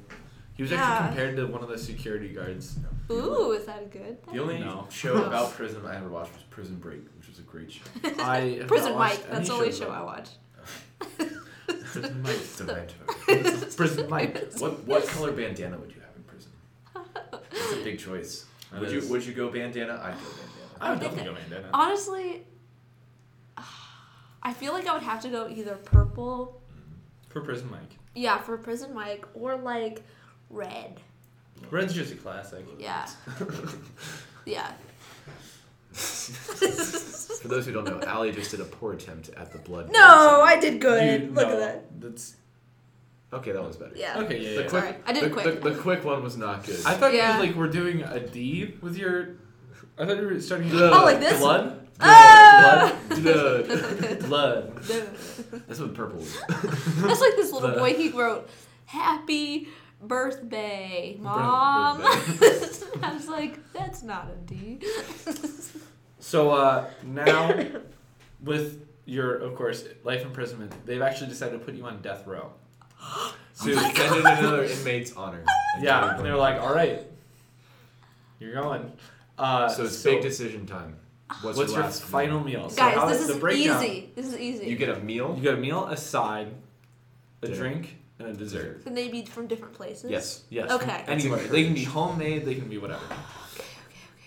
He was actually
Yeah.
compared to one of the security
[laughs]
guards.
Ooh, is that good?
The only
No.
show
[laughs]
about prison I ever watched was Prison Break, which was a great show.
I have not
Prison
watched
Mike. That's the
any
only
shows
show I
about-
watch. [laughs]
Prison Mike.
Demento.
Prison Mike.
what what color bandana would you have in prison? It's a
[laughs]
big choice.
That
would you
is-
would you go bandana? I'd go bandana.
I would
I think
definitely go bandana.
Honestly, [sighs] I feel like I would have to go either purple,
For Prison Mike.
yeah, for Prison Mike, or like red.
Red's just a classic. [laughs]
Yeah. yeah.
[laughs] For those who don't know, Allie just did a poor attempt at the blood.
No, I did good.
Dude,
Look
no,
at that.
That's
Okay, that one's better.
Yeah.
okay. Yeah, yeah.
The
yeah.
quick,
Sorry, I did
the,
quick.
The, the quick one was not good. [laughs]
I thought
Yeah.
you like were doing a D with your. I thought you were starting.
Oh,
like this?
Blood.
Ah!
[laughs]
Blood.
Blood.
[laughs]
That's what purple was.
Oh
That's like this little
The-
boy. He wrote, "Happy birthday, mom." [laughs] I was like, "That's not a D."
So uh, now,
[laughs]
with your, of course, life imprisonment, they've actually decided to put you on death row. So
To offend another inmate's honor.
[laughs] yeah, and they're like, all right, you're going. Uh,
So it's big decision time. What's,
what's
your,
your
last
final
meal?
meal? So how
Guys, this
the
is
breakdown-
easy. This is easy.
You get a meal.
You get a meal, a side, a
Dinner.
drink, and a dessert.
Can they be from different places?
Yes.
Yes.
Okay.
Anyway,
That's
they can be
encouraged.
homemade. They can be whatever.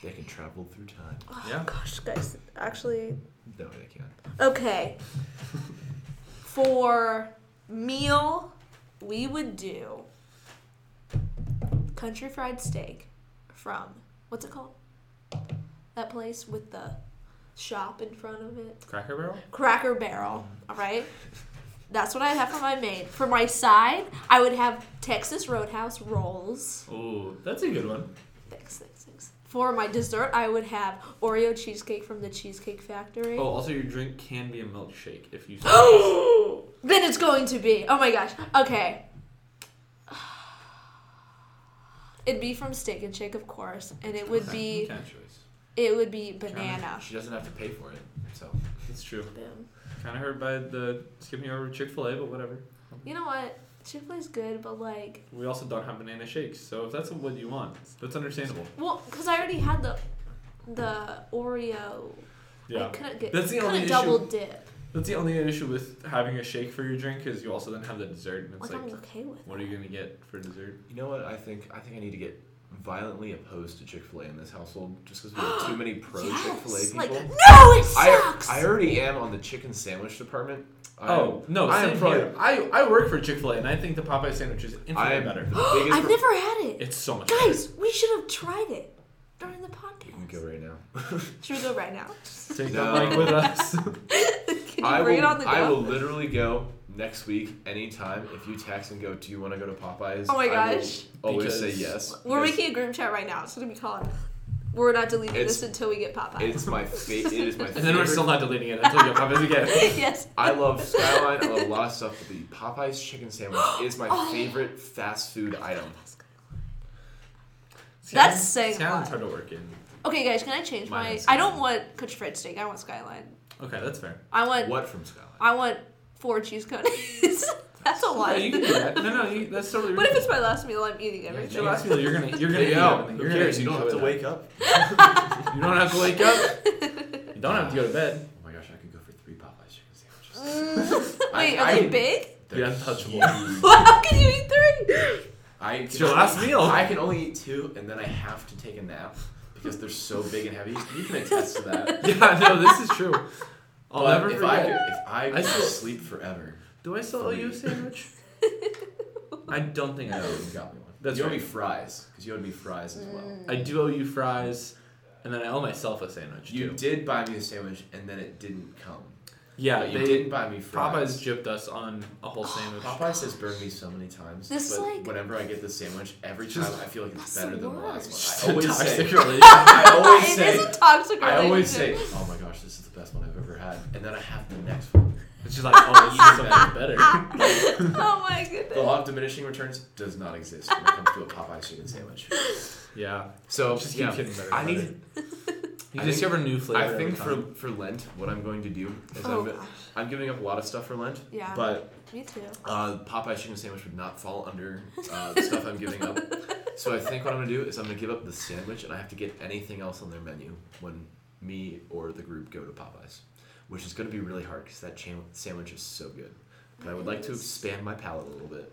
They can travel through time.
Oh,
Yeah.
Gosh, guys, actually,
No, they can't.
okay. For meal, we would do country fried steak from what's it called? That place with the shop in front of it.
Cracker Barrel.
Cracker Barrel. All right. That's what I have for my main. For my side, I would have Texas Roadhouse rolls.
Ooh, that's a good one.
Thanks, thanks, thanks. For my dessert, I would have Oreo cheesecake from the Cheesecake Factory.
Oh, also your drink can be a milkshake if
[gasps]
you.
then it's going to be. Oh my gosh. Okay. It'd be from Steak and Shake, of course, and it would be
Kind of choice.
it would be banana.
She doesn't have to pay for it, so
It's true.
Boom.
Kind of hurt by the skipping over Chick Fil A, but whatever.
You know what? Chick Fil A's good, but like,
We also don't have banana shakes, so if that's what you want, that's understandable.
well, because I already had the the Oreo. I couldn't get.
That's the
couldn't
only issue.
double dip.
That's the only issue with having a shake for your drink is you also then have the dessert, and it's
Like, I'm
like,
okay with.
what are you gonna get for dessert?
you know what? I think I think I need to get violently opposed to Chick Fil A in this household, just because we have too many pro Chick Fil A
[gasps] Yes.
people.
Like, no, it
I,
sucks.
I already am on the chicken sandwich department. I am-
oh no,
I
same
am probably
here. I I work for Chick Fil A, and I think the Popeye sandwich is infinitely
I am
better.
the [gasps] biggest.
I've never had it.
It's so much. better.
Guys, we should have tried it during the
You can
podcast.
go right now.
Should we go right now? [laughs]
Take
No.
that mic with [laughs] us.
Can you
I
bring
will,
it on the go?
I will literally go next week anytime if you text and go, Do you want to go to Popeyes?
Oh my
I will
gosh.
always say
Because-
yes.
We're
because
making a group chat right now. It's gonna be called. We're not deleting
It's-
this until we get Popeye.
It's my favorite. It is my
[laughs]
favorite.
and then we're still not deleting it until you have Popeyes again.
yes.
I love Skyline. I love a lot of stuff, but the Popeyes chicken
[gasps]
sandwich is my
Oh.
favorite fast food item.
[laughs] That's saying a
Sounds
lot.
hard to work in.
Okay, guys, can I change
Mine
my?
is-
I don't want country fried steak. I want skyline.
Okay, that's fair.
I want.
What from Skyline?
I want four cheese cones. [laughs] That's a
Yeah,
lot.
you can do that. No, no, you, that's totally.
[laughs] What if it's my last meal? I'm eating everything.
It's your last meal. You're gonna. You're gonna.
There you
eat
go.
everything.
Who
You're gonna
cares? You don't have to
enjoy
wake up.
that. You don't have to wake up. You don't have to go to bed. [laughs]
Oh my gosh, I could go for three Popeyes chicken sandwiches.
Mm.
I-
[laughs] Wait, are
I
they
can-
big?
They're
untouchable.
huge.
How can you eat three?
I
It's your last meal.
I can only eat two, and then I have to take a nap because they're so big and heavy. You can attest to that.
Yeah, no, this is true. [laughs] I'll
But
never
if I
forget.
could, if I could
still-
sleep forever,
Do I still owe you a sandwich? [laughs] I don't think I owe you. Got me one. That's
you owe
right. Mm.
me fries because you owe me fries as well.
I do owe you fries, and then I owe myself a sandwich
You
too.
did buy me a sandwich and then it didn't come.
Yeah,
But you
they,
didn't buy me fries.
Popeyes gypped us on a whole [gasps] sandwich.
Popeyes has burned me so many times.
This is
but
like-
whenever I get this sandwich, every time
Just-
I feel like it's
That's
better
the
than the last
It's
one.
a
I always
toxic
say,
relationship.
I always
[laughs] It
say,
is a toxic relationship.
I always say, oh my gosh, this is the best one I've ever had, and then I have the next one.
It's just like, oh, [laughs] even something better.
[laughs] oh
[laughs]
my
The
goodness.
law of diminishing returns does not exist when it comes to a Popeyes chicken sandwich.
Yeah.
So
Just keep
yeah,
getting better.
I
about
need.
it. [laughs] You
I think-
discover new flavor.
I think
every
for,
time.
for Lent, what I'm going to do is
Oh,
I'm,
gosh.
I'm giving up a lot of stuff for Lent,
Yeah.
but
Me too.
uh, Popeye's chicken sandwich would not fall under uh, the stuff I'm giving up. So I think what I'm going to do is I'm going to give up the sandwich, and I have to get anything else on their menu when me or the group go to Popeyes, which is going to be really hard because that cham- sandwich is so good. But I would like to expand my palate a little bit.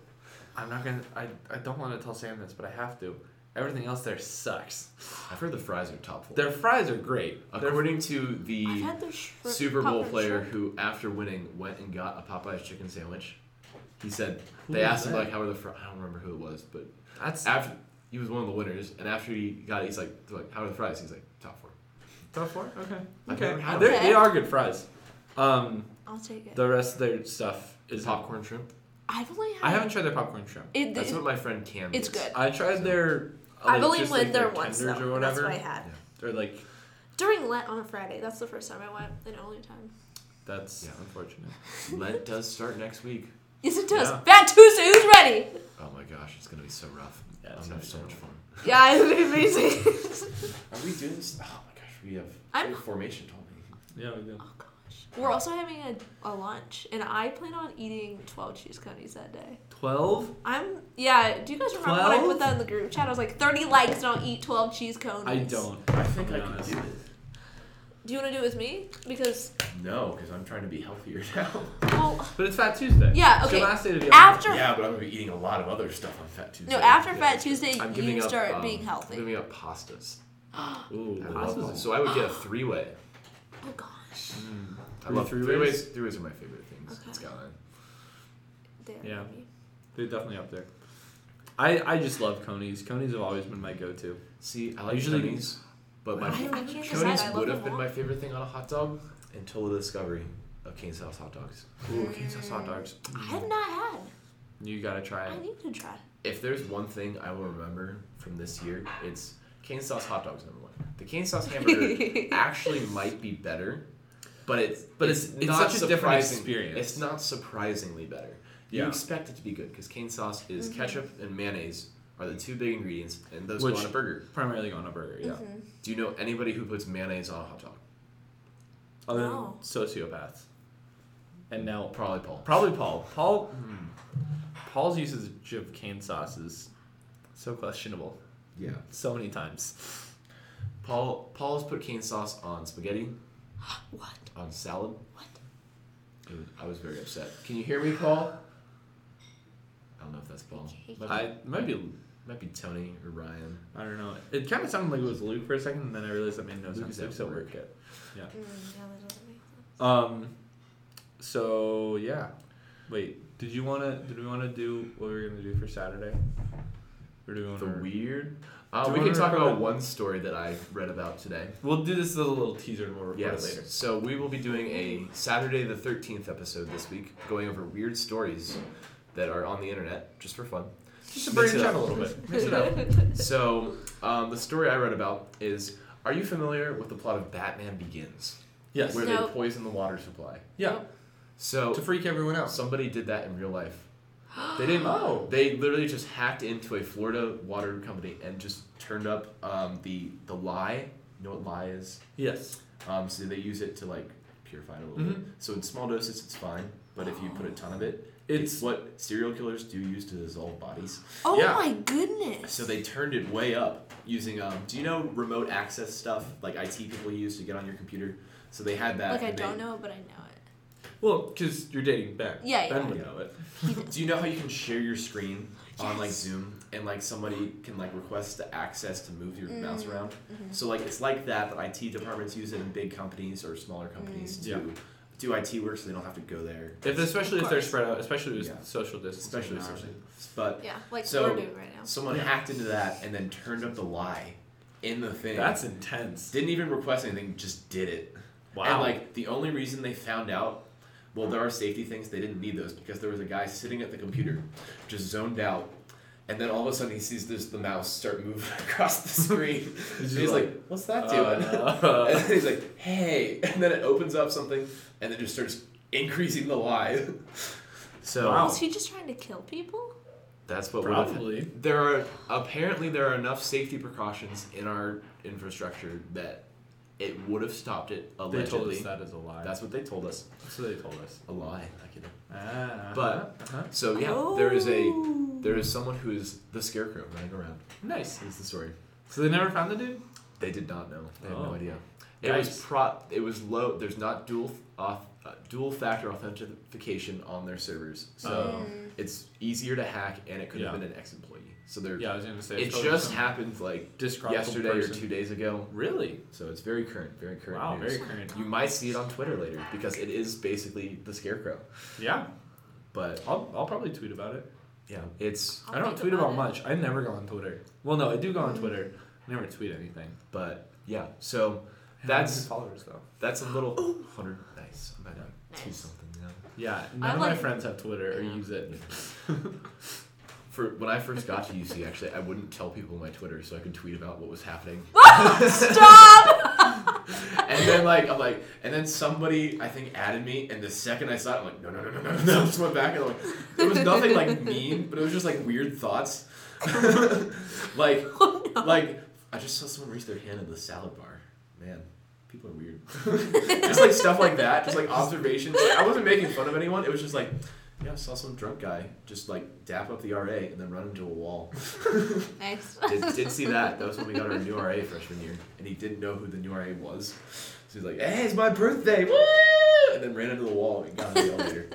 I'm not gonna. I, I don't want to tell Sam this, but I have to. Everything else there sucks.
I've heard the fries are top four.
Their fries are great. They're-
According to the
I've had the shrimp-
Super Bowl
pepper
player
shrimp.
who, after winning, went and got a Popeye's chicken sandwich. He said
Who
they
was
asked him
that?
like, "How are the fries?" I don't remember who it was, but
that's
after he was one of the winners, and after he got it, he's like, they're like "How are the fries?" He's like, "Top four.
top four. Okay.
I've
Okay.
never had
They're-
them.
They are good fries. Um,
I'll take it.
the rest of their stuff is
popcorn shrimp.
I've only had.
I haven't tried their popcorn shrimp.
It,
That's
it-
what my friend Cam.
it's
gets.
good.
I tried their. uh,
I've
like,
only
just,
went
like,
there
their
once though.
tenders or
That's
whatever.
what I had
Yeah.
They're like
during Lent on a Friday. That's the first time I went, and only time.
that's
Yeah.
unfortunate.
[laughs] Lent does start next week.
Yes, it does.
Yeah.
Fat Tuesday. Who's ready?
Oh my gosh, it's gonna be so rough.
Yeah,
I'm
it's gonna
gonna have
be
so much
terrible.
fun.
Yeah, it's gonna be amazing. [laughs]
Are we doing this? Oh my gosh, we have
I'm-
your formation told me.
Yeah, we do.
oh gosh. We're also having a, a lunch, and I plan on eating twelve cheese cookies that day.
Twelve.
I'm yeah. Do you guys remember when I
12?
put that in the group chat? I was like, thirty likes, and I'll eat twelve cheese conies.
I don't.
I think
I'll
I
be
can
honest.
do it.
Do you want to do it with me? Because
No, because I'm trying to be healthier [laughs] now.
well,
But it's Fat Tuesday.
Yeah,
It's your
okay.
last day to be on-
after
yeah, but I'm gonna be eating a lot of other stuff on Fat Tuesday.
no after
Yeah.
Fat Tuesday,
I'm giving
you
up,
start
um,
being
I'm
healthy.
giving up pastas.
Ooh,
I
pasta's
love them.
is-
So I would [gasps] get a three way.
Oh gosh,
I
Three-
love
three
three,
ways?
ways. Three ways are my favorite things.
Okay.
It's got
There,
Yeah.
baby.
They're definitely up there. I, I just love conies. Conies have always been my go-to.
See, I
like
like
Usually-
usually
Chonies,
but my
I, I can't decide. I
Chonies
love
would
them
have been
all.
my favorite thing on a hot dog until the discovery of cane sauce hot dogs.
Ooh, Kansas hot dogs.
Mm.
I have not had.
You gotta try
I
it.
need to try.
If there's one thing I will remember from this year, it's cane sauce hot dogs number one. The cane sauce hamburger actually might be better, but it's
But it's- it's such a different
surprising-
experience.
It's not surprisingly better. You
Yeah.
expect it to be good because cane sauce is ketchup and mayonnaise are the two big ingredients, and those
Which-
go on a burger.
Primarily on a burger, yeah.
Mm-hmm.
Do you know anybody who puts mayonnaise on a hot dog?
Other than
No.
sociopaths. And now pro-
Probably Paul.
probably Paul. Paul Paul's usage of cane sauce is so questionable.
Yeah.
So many times.
Paul Paul's put cane sauce on spaghetti,
What?
on salad.
What?
It was- I was very upset. Can you hear me, Paul? I don't know if that's Paul. Might be,
I might be
might be Tony or Ryan.
I don't know. It kinda sounded like it was Luke for a second, and then I realized that made no
Luke
sense.
is
Luke's
at
at work
work.
yet.
Mm, yeah, that doesn't make sense.
Um so yeah. Wait, did you wanna did we wanna do what we were gonna do for Saturday? Or do we wanna
The weird. Uh,
Do
we
you
can
wanna
talk about
recommend-
one story that I read about today.
We'll do this as a little teaser and we'll report
Yes.
it later.
So we will be doing a Saturday the 13th episode this week, going over weird stories that are on the internet just for fun.
Just
to break it up a
little
[laughs]
bit. Mix it up.
So um, the story I read about is Are you familiar with the plot of Batman Begins?
Yes.
Where
No.
they poison the water supply.
Yeah.
So
To freak everyone out.
somebody did that in real life. [gasps] They didn't.
Oh.
They literally just hacked into a Florida water company and just turned up um, the the lie. You know what lie is?
Yes.
Um, so they use it to like purify it a little bit. So in small doses, it's fine. But if you put a ton of it, it's,
It's-
what serial killers do use to dissolve bodies.
Oh
Yeah.
my goodness.
So they turned it way up using. Um, do you know remote access stuff like IT people use to get on your computer? So they had that.
like I
and they-
don't know, but I know
Well, because you're dating Ben.
Yeah,
Ben
yeah.
would know it.
Do you know how you can share your screen on like Zoom and like somebody can like request the access to move your
Mm-hmm.
mouse
Mm.
around? So like it's like that, but IT departments use it in big companies or smaller companies
Yeah.
to do IT work so they don't have to go there.
If, especially
Of
if they're
course.
spread out, especially with
Yeah.
social distancing.
Especially
or
now.
something.
But
Yeah, like
So-
we're doing right now.
someone hacked into that and then turned up the lie in the thing.
That's [laughs] intense.
didn't even request anything, just did it.
Wow.
And like the only reason they found out, well, there are safety things. They didn't need those because there was a guy sitting at the computer, just zoned out, and then all of a sudden he sees this the mouse start moving [laughs] across
[laughs]
the screen. and
just
he's
like,
like, "What's that
[laughs] uh,
doing?" [laughs] and then he's like, "Hey!" And then it opens up something, and then just starts increasing the lie. [laughs] so
Wow.
Is he just trying to kill people?
that's what
probably.
There are apparently there are enough safety precautions in our infrastructure that it would have stopped it
They told
allegedly.
us that is a lie.
That's what they told us.
That's what they told us.
A lie. Like, you know.
Ah,
But-
uh-huh.
So yeah, there is a
Oh.
there is someone who is the scarecrow running around.
nice.
Is the story.
So they never found the dude.
They did not know. They have
Oh.
no idea. It
Yikes.
was pro. It was low. There's not dual auth, uh, dual factor authentication on their servers, so
Mm.
it's easier to hack, and it could have
Oh. Yeah.
been an ex employee. So they're.
Yeah, I was gonna say.
It
it's probably
just
some
happened like
disgruntled
yesterday
person.
or two days ago.
Really?
So it's very current, very current
Wow,
news.
very current.
You might see it on Twitter later because it is basically the scarecrow.
Yeah,
But
I'll, I'll probably tweet about it.
yeah, it's
I'll
I don't
think
tweet
about
about
it.
much. I never go on Twitter. Well, no, I do go on Twitter. I never tweet anything.
but yeah. So
I have
That's-
followers though.
that's a little hundred. Nice. I'm about to do
Nice.
something. You know.
Yeah, none
I
of my
like-
friends have Twitter or
Yeah.
use it.
[laughs] For when I first got to UC, actually, I wouldn't tell people my Twitter so I could tweet about what was happening. [laughs]
Stop!
And then like I'm like, and then somebody I think added me, and the second I saw it, I'm like, no, no, no, no, no, no. [laughs] Just went back and like, it was nothing like mean, but it was just like weird thoughts, [laughs] like like I just saw someone reach their hand in the salad bar. Man, people are weird. [laughs] just like stuff like that, just like observations. Like, I wasn't making fun of anyone. It was just like. Yeah, I saw some drunk guy just like dap up the RA and then run into a wall.
Next.
did, did see that. That was when we got our new RA freshman year, and he didn't know who the new RA was. So he's like, "Hey, it's my birthday!" Woo! And then ran into the wall and got in the elevator.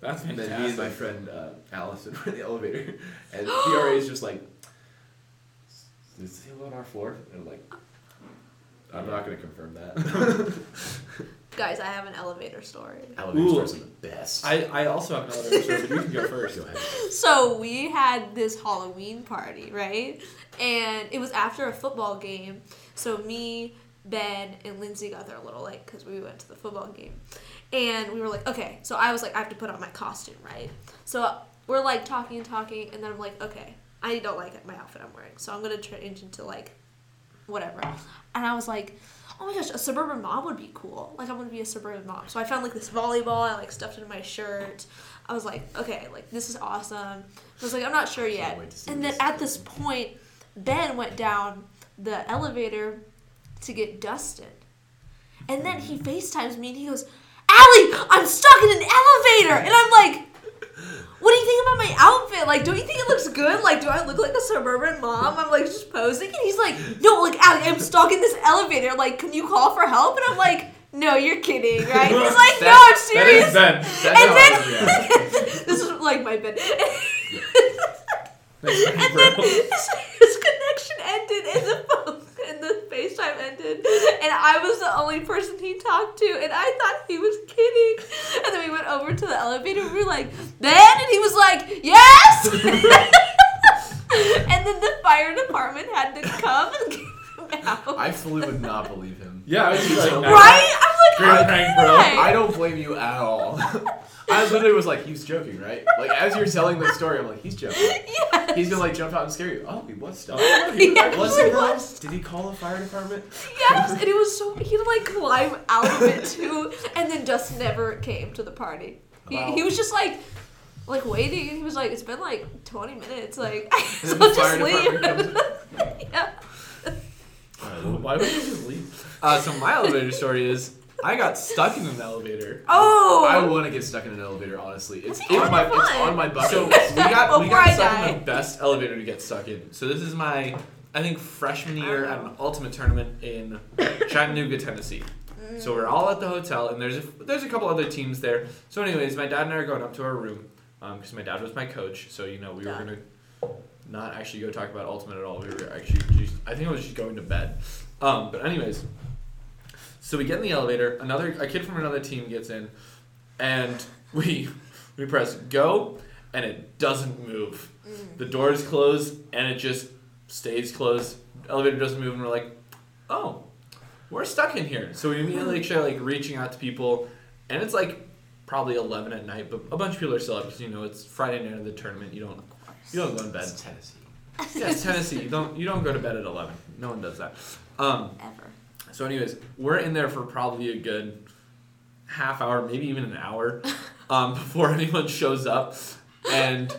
That's
And then me and my friend uh, Allison [laughs] were in the elevator, and the RA is just like, "Is he on our floor?" And I'm like, "I'm not gonna confirm that." [laughs]
Guys, I have an elevator story.
Elevator
Ooh.
stories are the best.
I, I also have
[laughs]
another episode, but you can go first.
Go ahead.
So we had this Halloween party, right? And it was after a football game. So me, Ben, and Lindsay got there a little late because we went to the football game. And we were like, okay. So I was like, I have to put on my costume, right? So we're like talking and talking. And then I'm like, okay, I don't like my outfit I'm wearing. So I'm going to change into like whatever. And I was like, oh my gosh, a suburban mom would be cool. Like I want to be a suburban mom. So I found like this volleyball. I like stuffed it in my shirt. I was like, okay, like this is awesome. I was like, I'm not sure yet.
wait to see
And
what
then
this
at
is.
this point, Ben went down the elevator to get dusted. And then he FaceTimes me and he goes, Allie, I'm stuck in an elevator. And I'm like, what do you think about my outfit? Like, don't you think it looks good? Like, do I look like a suburban mom? I'm like just posing. And he's like, no, like, Allie, I'm stuck in this elevator. Like, can you call for help? And I'm like, no, you're kidding, right? He's like, no, I'm serious.
That is Ben.
That's
And
how
then-
I react.
[laughs] this is like my bed. [laughs]
That's
And
bro.
then his, his connection ended, and the phone, and the FaceTime ended, and I was the only person he talked to, and I thought he was kidding. And then we went over to the elevator, and we were like, "Ben," and he was like, "Yes." [laughs] and then the fire department had to come and get him out.
I fully would not believe him.
Yeah, I was just like,
Right?
right? I'm
Great
like,
prank,
how
bro.
could I?
I don't blame you at all. [laughs] I literally was like, he's joking, right? Like as you're telling the story, I'm like, he's joking.
[laughs] Yes.
He's gonna like jump out and scare you. Oh, he was stuck.
[laughs] He
Was
actually
he
was.
though? Did he call the fire department?
Yes, and it was so he'd like climb out of it too, and then Dust never came to the party. He,
Wow.
he was just like like waiting, and he was like, "It's been like twenty minutes, like [laughs]
And
so
then the
just
fire
leave."
department comes.
[laughs] yeah.
Why would you just leave? Uh, so my elevator story is I got stuck in an elevator.
I
Oh,
want to get stuck in an elevator. Honestly, it's
That'd be
on my it's
fun.
on my bucket.
So we
list.
got we
Before I
got stuck in
die.
the best elevator to get stuck in. So this is my I think freshman year at an ultimate tournament in Chattanooga, Tennessee. So we're all at the hotel, and there's a, there's a couple other teams there. So, anyways, my dad and I are going up to our room because my dad was my coach. So you know we
Dad.
were gonna not actually go talk about ultimate at all. We were actually just, I think I was just going to bed. Um, but anyways, So we get in the elevator. Another a kid from another team gets in, and we we press go, and it doesn't move. The doors close, and it just stays closed. Elevator doesn't move, and we're like, oh, we're stuck in here. So we immediately try like reaching out to people, and it's like probably eleven at night, but a bunch of people are still up because you know it's Friday night of the tournament. You don't you don't go to bed.
That's Tennessee.
Yeah, it's Tennessee. You don't you don't go to bed at eleven. No one does that. Um,
Ever.
so, anyways, we're in there for probably a good half hour, maybe even an hour, um, before anyone shows up. And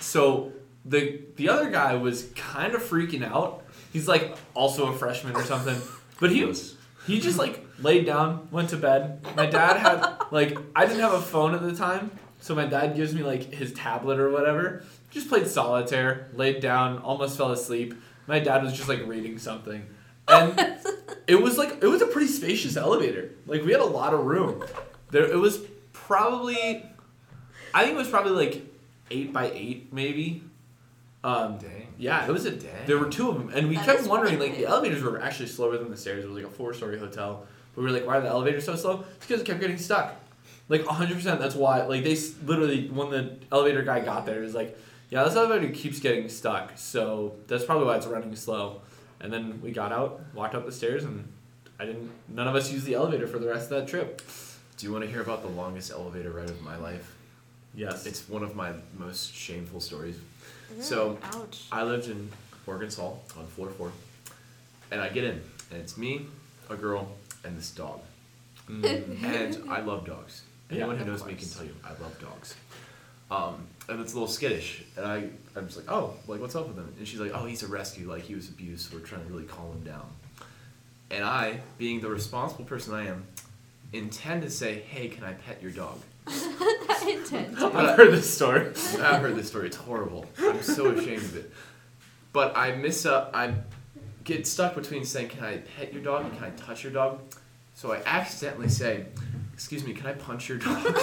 so the the other guy was kind of freaking out. He's like also a freshman or something, but he was he just like laid down, went to bed. My dad had like I didn't have a phone at the time, so my dad gives me like his tablet or whatever. Just played solitaire, laid down, almost fell asleep. My dad was just like reading something. And it was like it was a pretty spacious elevator. Like we had a lot of room. There it was probably I think it was probably like eight by eight maybe. Um
Dang.
yeah, it was a
Dang.
There were two of them, and we
That
kept
is
wondering.
pretty
Like the
big.
elevators were actually slower than the stairs. It was like a four-story hotel. But we were like, why are the elevators so slow? It's because it kept getting stuck. Like 100. percent That's why. Like they s- literally when the elevator guy got there, it was like, yeah, this elevator keeps getting stuck. So that's probably why it's running slow. And then we got out, walked up the stairs, and I didn't. None of us used the elevator for the rest of that trip.
Do you want to hear about the longest elevator ride of my life?
Yes.
It's one of my most shameful stories. So
Ouch. [laughs]
I lived in Morgan's Hall on floor four, and I get in, and it's me, a girl, and this dog. and I
[laughs]
love dogs.
Mm. Yeah,
Anyone who
of
knows me can
course.
tell you I love dogs. Um, and it's a little skittish, and I I'm just like, oh, like what's up with him? And she's like, oh, he's a rescue, like he was abused. we're trying to really calm him down. And I, being the responsible person I am, intend to say, hey, can I pet your dog?
that intense.
I've heard this [laughs] story.
I've heard this story. It's horrible. I'm so ashamed of it. But I miss up. I get stuck between saying, "Can I pet your dog?" and "Can I touch your dog?" So I accidentally say, "Excuse me, can I punch your dog?" [laughs]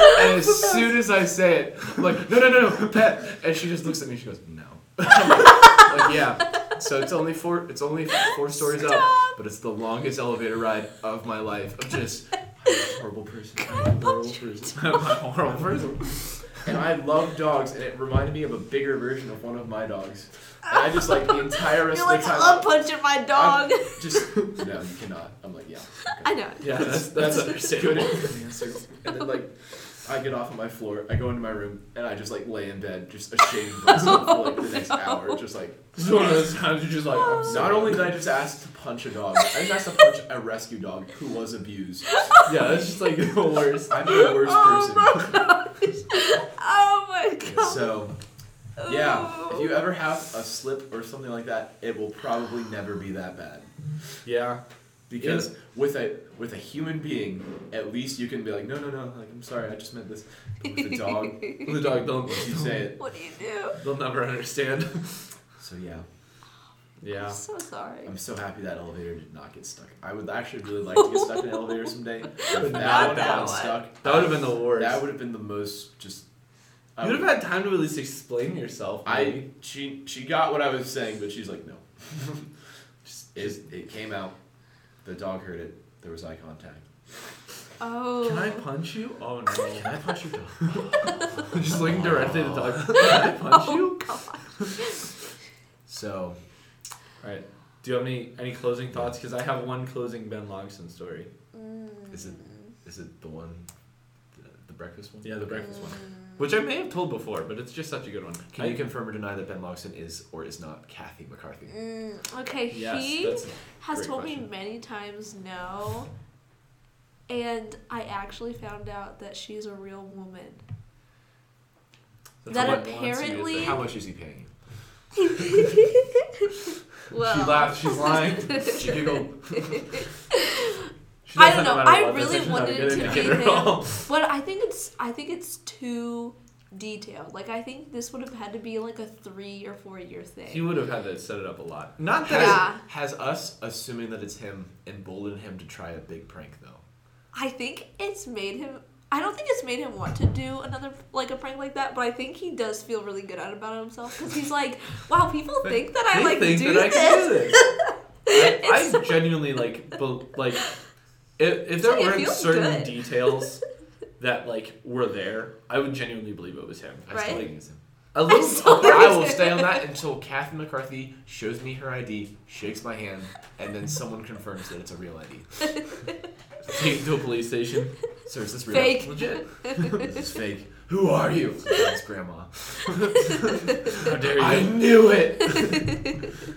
and as soon as I say it, I'm like, "No, no, no, no, pet," and she just looks at me. She goes, "No." [laughs] like, yeah. So it's only four. It's only four stories up,
Stop.
but it's the longest elevator ride of my life. Of just I'm a horrible person. I'm a horrible person.
I'm a horrible person.
And I love dogs, and it reminded me of a bigger version of one of my dogs. And I just like the entire rest
You're
of
like,
the time.
I'm punching my dog.
I'm just [laughs] no, you cannot. I'm like yeah.
[laughs] I know.
Yeah, that's that's, [laughs]
a good
understandable.
answer. And then like. I get off of my floor, I go into my room, and I just like lay in bed, just ashamed of myself for like
[laughs]
the next hour, just like
This is one of those times you're just like,
Oh.
I'm sorry.
Not only did I just ask to punch a dog, I just asked to punch a rescue dog who was abused.
Yeah, that's just like [laughs] the worst.
I'm the worst
Oh
person.
my gosh. Oh my gosh.
So, yeah,
Oh.
if you ever have a slip or something like that, it will
[sighs]
probably never be that bad.
Yeah.
Because with a with a human being, at least you can be like, no, no, no, like I'm sorry, I just meant this. But with
[laughs]
a dog,
The dog don't
you say
[laughs]
it.
What do you do?
they'll never understand. [laughs]
So yeah,
Yeah.
I'm so sorry.
I'm so happy that elevator did not get stuck. I would actually really like to get stuck in an
[laughs]
elevator someday. If
Not
that
that
one got
one.
stuck, um,
That would have been the worst.
that would have been the most just. I
you would
would-
have had time to at least explain yourself.
I
maybe.
she she got what I was saying, but she's like, no. [laughs]
Just-
it, it came out. The dog heard it. There was eye contact.
oh.
Can I punch you? Oh no.
[laughs] I punch your dog?
just looking directly at the dog. Can I punch
oh
you?
God.
So
Alright. Do you have any any closing thoughts? Because I have one closing Ben Logson story.
is it is it the one, the, the breakfast one?
Yeah, the breakfast one. Which I may have told before, but it's just such a good one.
Mm. Can
I-
you confirm or deny that Ben Logson is or is not Kathy McCarthy?
Mm, okay,
Yes,
he
that's
has
great
told me
question.
many times no. And I actually found out that she's a real woman.
That's
that
how I want to use
apparently.
How much is he paying
well,
She laughed, she's lying.
you? She
[laughs]
giggled.
She doesn't
I don't know.
matter
I
what, that's
really
actually not
wanted
a good
it to be
indicator at
him.
all.
[laughs] But I think it's I think it's too detailed. Like I think this would have had to be like a three or four year thing.
He would have had to set it up a lot. Not that
Has,
yeah.
Yeah.
has us assuming that it's him emboldened him to try a big prank though.
I think it's made him I don't think it's made him want to do another like a prank like that, but I think he does feel really good at about himself because he's like, "Wow, people think that I
They
like
think
do
that I
this."
can do
[laughs] It's-
I genuinely like, be, like, if, if there
like, it
weren't
feels
certain
good. [laughs]
details that like were there, I would genuinely believe it was him.
I still
Right?
think it's him.
A little,
still
okay,
think
I
I
it's
will-
will stay on that until Kathy McCarthy shows me her ID, shakes my hand, and then someone confirms that it's a real ID.
[laughs] take it to a police station.
Sir, is this real?
Fake.
Legit.
[laughs] This is fake. Who are you? It's grandma.
How dare you?
I knew it.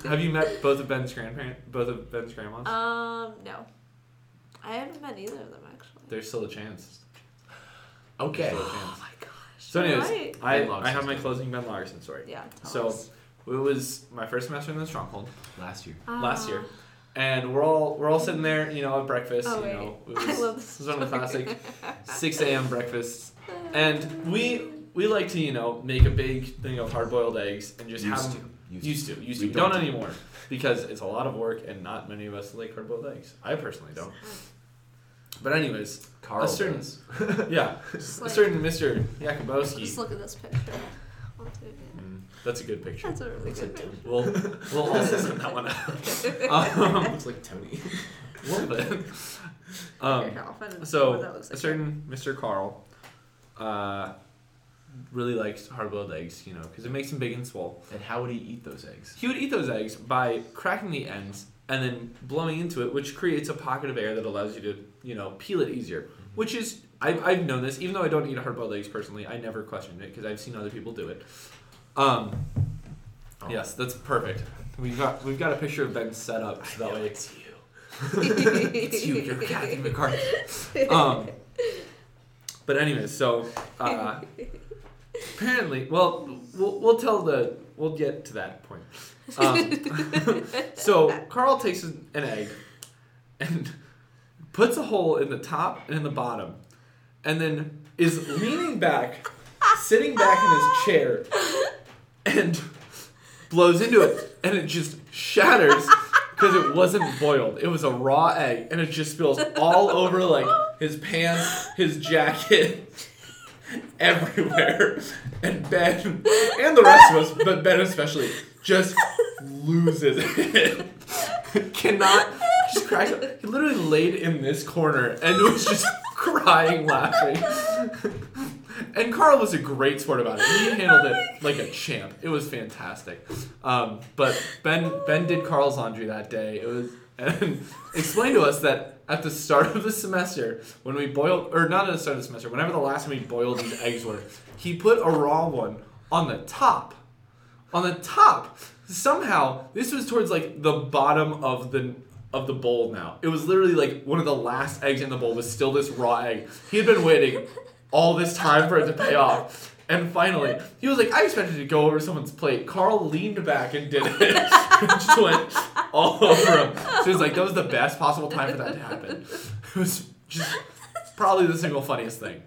Have you met both of Ben's grandparent, both of Ben's grandmas?
um, no, I haven't met either of them actually.
There's still a chance.
Okay.
There's still a
[gasps]
chance.
Oh my gosh.
So, anyways,
Right.
I,
Ben Larson
I have my
story.
closing Ben Larson story.
Yeah. tell
So
us.
it was my first semester in the Stronghold
Last year.
last
Ah.
year, and we're all we're all sitting there, you know, at breakfast.
Oh,
you
wait. [laughs]
know, it
I
was,
love this
it was one of the
story. [laughs]
classic 6 a.m. breakfasts, and we we like to you know make a big thing of hard boiled eggs and just have
used,
them.
to. Used,
Used to, used to.
We
We don't,
don't.
anymore because it's a lot of work and not many of us like hard boiled eggs. I personally don't. But anyways,
to. Carl.
a certain-
does. [laughs]
yeah,
Just
a
like-
certain Mr.
Just
Yakubowski.
look at this picture. I'll do it.
Mm.
That's a good picture.
That's a really good picture.
We'll we'll also send that one
[laughs]
out [laughs] Um,
Looks like Tony.
a little bit.
Here,
Um,
here, I'll find it. what that
so
looks
a
like.
certain Mr. Carl uh, really likes hard-boiled eggs, you know, because it makes him big and swole.
[laughs] And how would he eat those eggs?
He would eat those eggs by cracking the ends and then blowing into it, which creates a pocket of air that allows you to, you know, peel it easier. Which is, I, I've known this, even though I don't eat hard-boiled eggs personally, I never questioned it because I've seen other people do it. Um,
Oh.
Yes, that's perfect. We've got we've got a picture of Ben set up so that way it's you. [laughs] It's you,
[laughs]
you're Kathy McCarthy. Um, but anyways, so uh, apparently, well, we'll we'll tell the we'll get to that point. Um, [laughs] so Carl takes an an egg and puts a hole in the top and in the bottom, and then is leaning back, sitting back in his chair, and blows into it, and it just shatters because it wasn't boiled. It was a raw egg, and it just spills all over like his pants, his jacket, [laughs] everywhere. And Ben, and the rest of us, but Ben especially, just loses it. [laughs] Cannot just cracks up. He literally laid in this corner and was just [laughs] crying, laughing. And Carl was a great sport about it. He handled it like a champ. It was fantastic. Um, but Ben Ben did Carl's laundry that day. It was and [laughs] explained to us that at the start of the semester, when we boiled or not at the start of the semester, whenever the last time we boiled these eggs were, he put a raw one on the top. On the top. Somehow, this was towards like the bottom of the of the bowl now. It was literally like one of the last eggs in the bowl was still this raw egg. He had been waiting all this time for it to pay off. And finally, he was like, I expected it to go over someone's plate. Carl leaned back and did it. [laughs] it just went all over him. So he was like, that was the best possible time for that to happen. It was just probably the single funniest thing.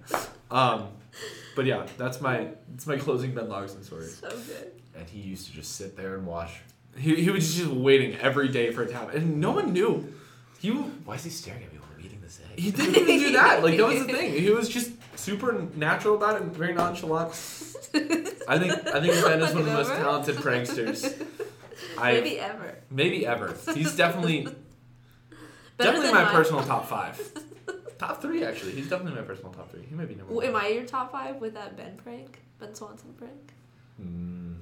Um, but yeah, that's my that's my closing Ben Larson story.
so good.
And he used to just sit there and watch.
He, he was just waiting every day for it to happen. And no one knew. He
Why is he staring at me while I'm eating this egg?
He didn't even do that. Like that was the thing. He was just super natural about it and very
[laughs]
nonchalant. I think I think Ben is one of the most
Whatever.
talented pranksters. I
Maybe
maybe.
ever.
ever. He's
[laughs]
definitely
Better
definitely
than
my
mine.
personal top five. Top three actually. He's definitely my personal top three. He might be number
W-
one.
Am I your top five with that Ben prank? Ben Swanson prank?
Mm.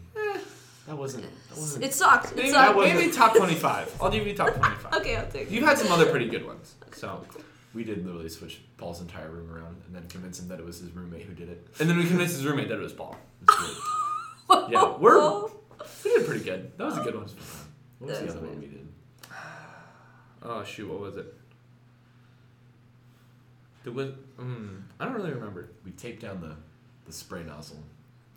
That wasn't. That wasn't.
It sucked. It
Maybe,
sucked.
maybe
[laughs]
top twenty five. I'll give you top twenty five.
Okay, I'll take it.
You've had some other pretty good ones. So
We did literally switch Paul's entire room around and then convince him that it was his roommate who did it.
and then we convinced his roommate that it was Paul.
It's weird.
Yeah, [laughs] we're
Oh.
we did pretty good. That was a good one.
What was
That
the
was
other one
weird.
we did?
Oh shoot, what was it? It was. Mm, I don't really remember.
We taped down the, the spray nozzle.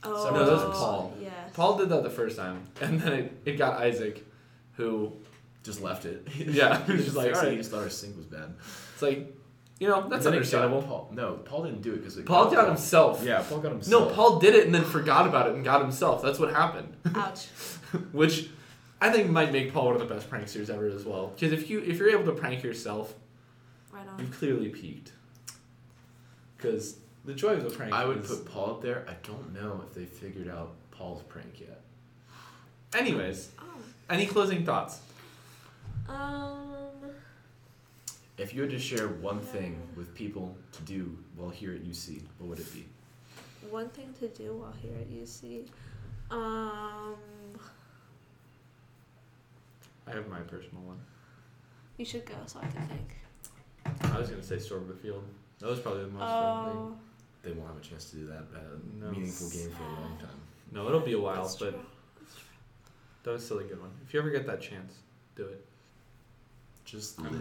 Oh,
No,
that was Paul.
Yes.
Paul did that the first time, [laughs] and then it, it got Isaac, who
Just left [laughs] it.
[laughs] Yeah, he was just like,
fixed it,
"Alright."
He just thought our sink was bad.
it's like, you know, that's
And then it got
understandable.
Paul, no, Paul didn't do it because
Paul got himself.
Yeah, Paul got
No,
himself.
Paul did it and then forgot about it and got himself. That's what
[laughs]
happened. [laughs]
Ouch.
Which I think might make Paul one of the best pranksters ever as well. Because if you if you're able to prank yourself,
Right on.
you've clearly peaked. because the joy of the prank.
I would
is-
put Paul up there. I don't know if they figured out Paul's prank yet.
Anyways, any closing thoughts?
Oh, Um.
If you had to share one thing with people to do while here at UC, what would it be?
one thing to do while here at UC. Um,
I have my personal one.
you should go so I can think.
I was gonna say Sorberfield. That was probably the most fun
Oh,
They won't have a chance to do that uh,
No.
meaningful game for a long time.
thing. No, it'll be a while,
that's
but
true.
that was still a good one. If you ever get that chance, do it.
Just live.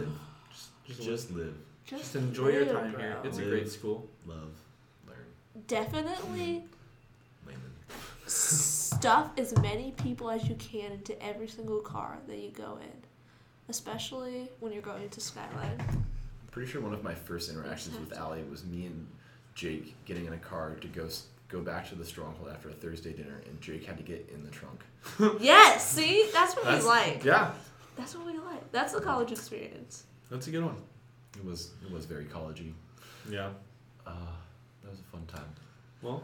Just, just,
Just, live.
Just,
just enjoy your
live,
time here.
bro.
It's a
Live.
great school.
Love. Learn.
definitely
Layman.
Mm.
stuff as many people as you can into every single car that you go in, especially when you're going
[laughs]
to Skyline.
I'm pretty sure one of my first interactions with Allie was me and Jake getting in a car to go s- go back to the stronghold after a Thursday dinner, and Jake had to get in the trunk.
yes, see, that's what
That's-
we like.
Yeah,
That's what we like. That's the college experience.
that's a good one.
It was it was very collegey.
Yeah.
Uh, that was a fun time.
Well,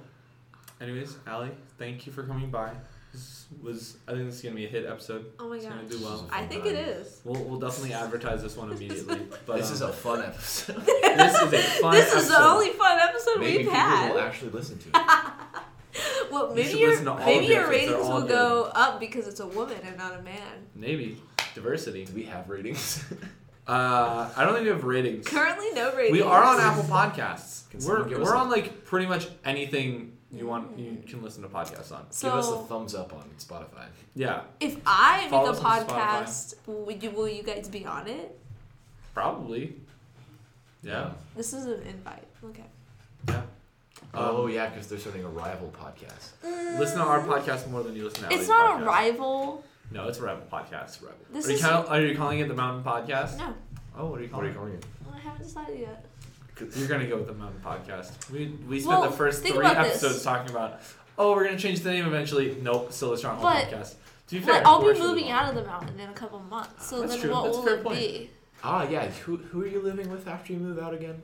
anyways, Allie, thank you for coming by. This was I think this is gonna be a hit episode.
Oh my
It's gonna
gosh.
do well.
I think it is.
We'll, we'll definitely advertise this one
[laughs]
immediately. But
this is
um,
a fun episode.
this is a fun
this is the
episode.
only fun episode
Maybe
we've
people
had.
will actually listen to it.
should
Well, maybe your
listen to all
maybe
of your
your
episodes. They're
ratings
all
will go up because it's a woman and not a man.
Maybe diversity.
Do [laughs] we have
[laughs]
ratings?
Uh, I don't think we have ratings.
Currently, no ratings.
We are on Apple Podcasts.
Can
We're,
someone give us
we're
a-
on like pretty much anything you want
Mm-hmm.
you can listen to podcasts on.
So,
Give us a thumbs up on Spotify.
Yeah,
if I
Follow
make
us
a
on
podcast, will you, will you guys be on it?
probably. Yeah.
This is an invite. Okay.
Yeah. Um,
Oh yeah, because they're starting a rival podcast.
Listen to our podcast more than you listen to. Allie's
It's not
podcast.
a rival.
No, it's a rival podcast. It's a rival.
This
are, you
is-
call- are you calling it the Mountain Podcast?
No,
Oh, what are you calling
What are you
it?
calling it?
I haven't decided yet.
You're gonna go with the Mountain Podcast. We we spent
Well,
the first
think
three
about
episodes
this.
talking about. Oh, we're gonna change the name eventually. Nope, still a Stronghold
But-
Podcast. To be fair,
Like, I'll
we're
be
actually
moving
wrong.
out of the mountain in a couple months, so
That's
then
true.
what
That's a
will
fair
it
point.
be?
Ah yeah, who who are you living with after you move out again?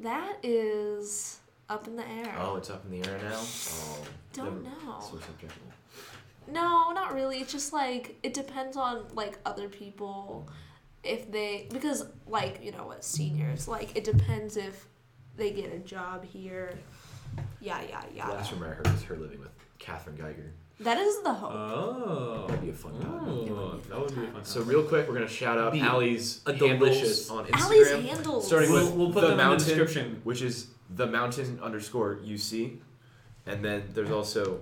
That is up in the air.
Oh, it's up in the air now. Oh,
Don't
never-
know.
So subjective.
No, not really. It's just like it depends on like other people if they because like, you know what, seniors, like it depends if they get a job here. Yeah, yeah,
The
yeah.
last rumor I heard was her living with Katherine Geiger.
That is the hope.
Oh,
That'd be a fun time.
Ooh, that would be a fun.
So
time.
real quick, we're gonna shout out
Be
Allie's
a
handles
delicious-
on
Allie's
Instagram.
handles.
Starting
We'll-
with
we'll put
the
them in the
mountain,
description.
which is the mountain underscore UC, and then there's also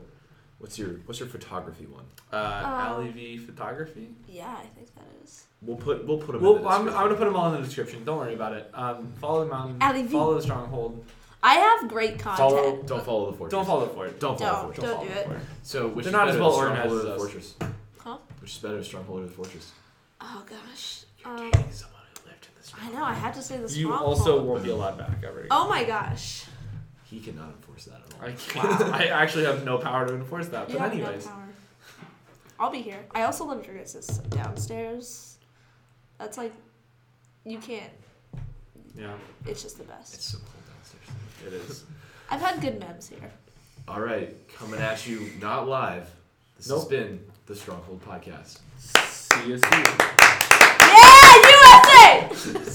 what's your what's your photography one?
uh, Ally V Photography.
yeah, I think that is.
We'll put we'll put them. in
Well,
the
I'm, I'm
description.
gonna put them all in the description. Don't worry about it. Um, follow the mountain.
Ally V.
Follow the stronghold.
I have great content.
Follow-
Don't follow the fortress.
Don't follow the fort.
Don't follow the
Don't,
fortress.
don't
follow
do
the
it.
fort.
So which
They're
is
not as
better,
well
the
organized as
stronghold or the
us.
fortress?
Huh?
Which is better, the stronghold or the fortress?
Oh gosh. Um,
someone who lived in this.
I know, I had to say the
You
stronghold.
also won't be allowed back ever.
Oh my gosh.
He cannot enforce that at all.
I can't. [laughs] I actually have no power to enforce that. But
You have no
anyways,
power. I'll be here. I also live your guys' downstairs. That's like, you can't.
yeah,
It's just the best.
It's so cold downstairs.
it [laughs] is.
I've had good memes here.
All right, coming at you not live. This has
Nope.
been the Stronghold Podcast.
See you soon.
Yeah, USA!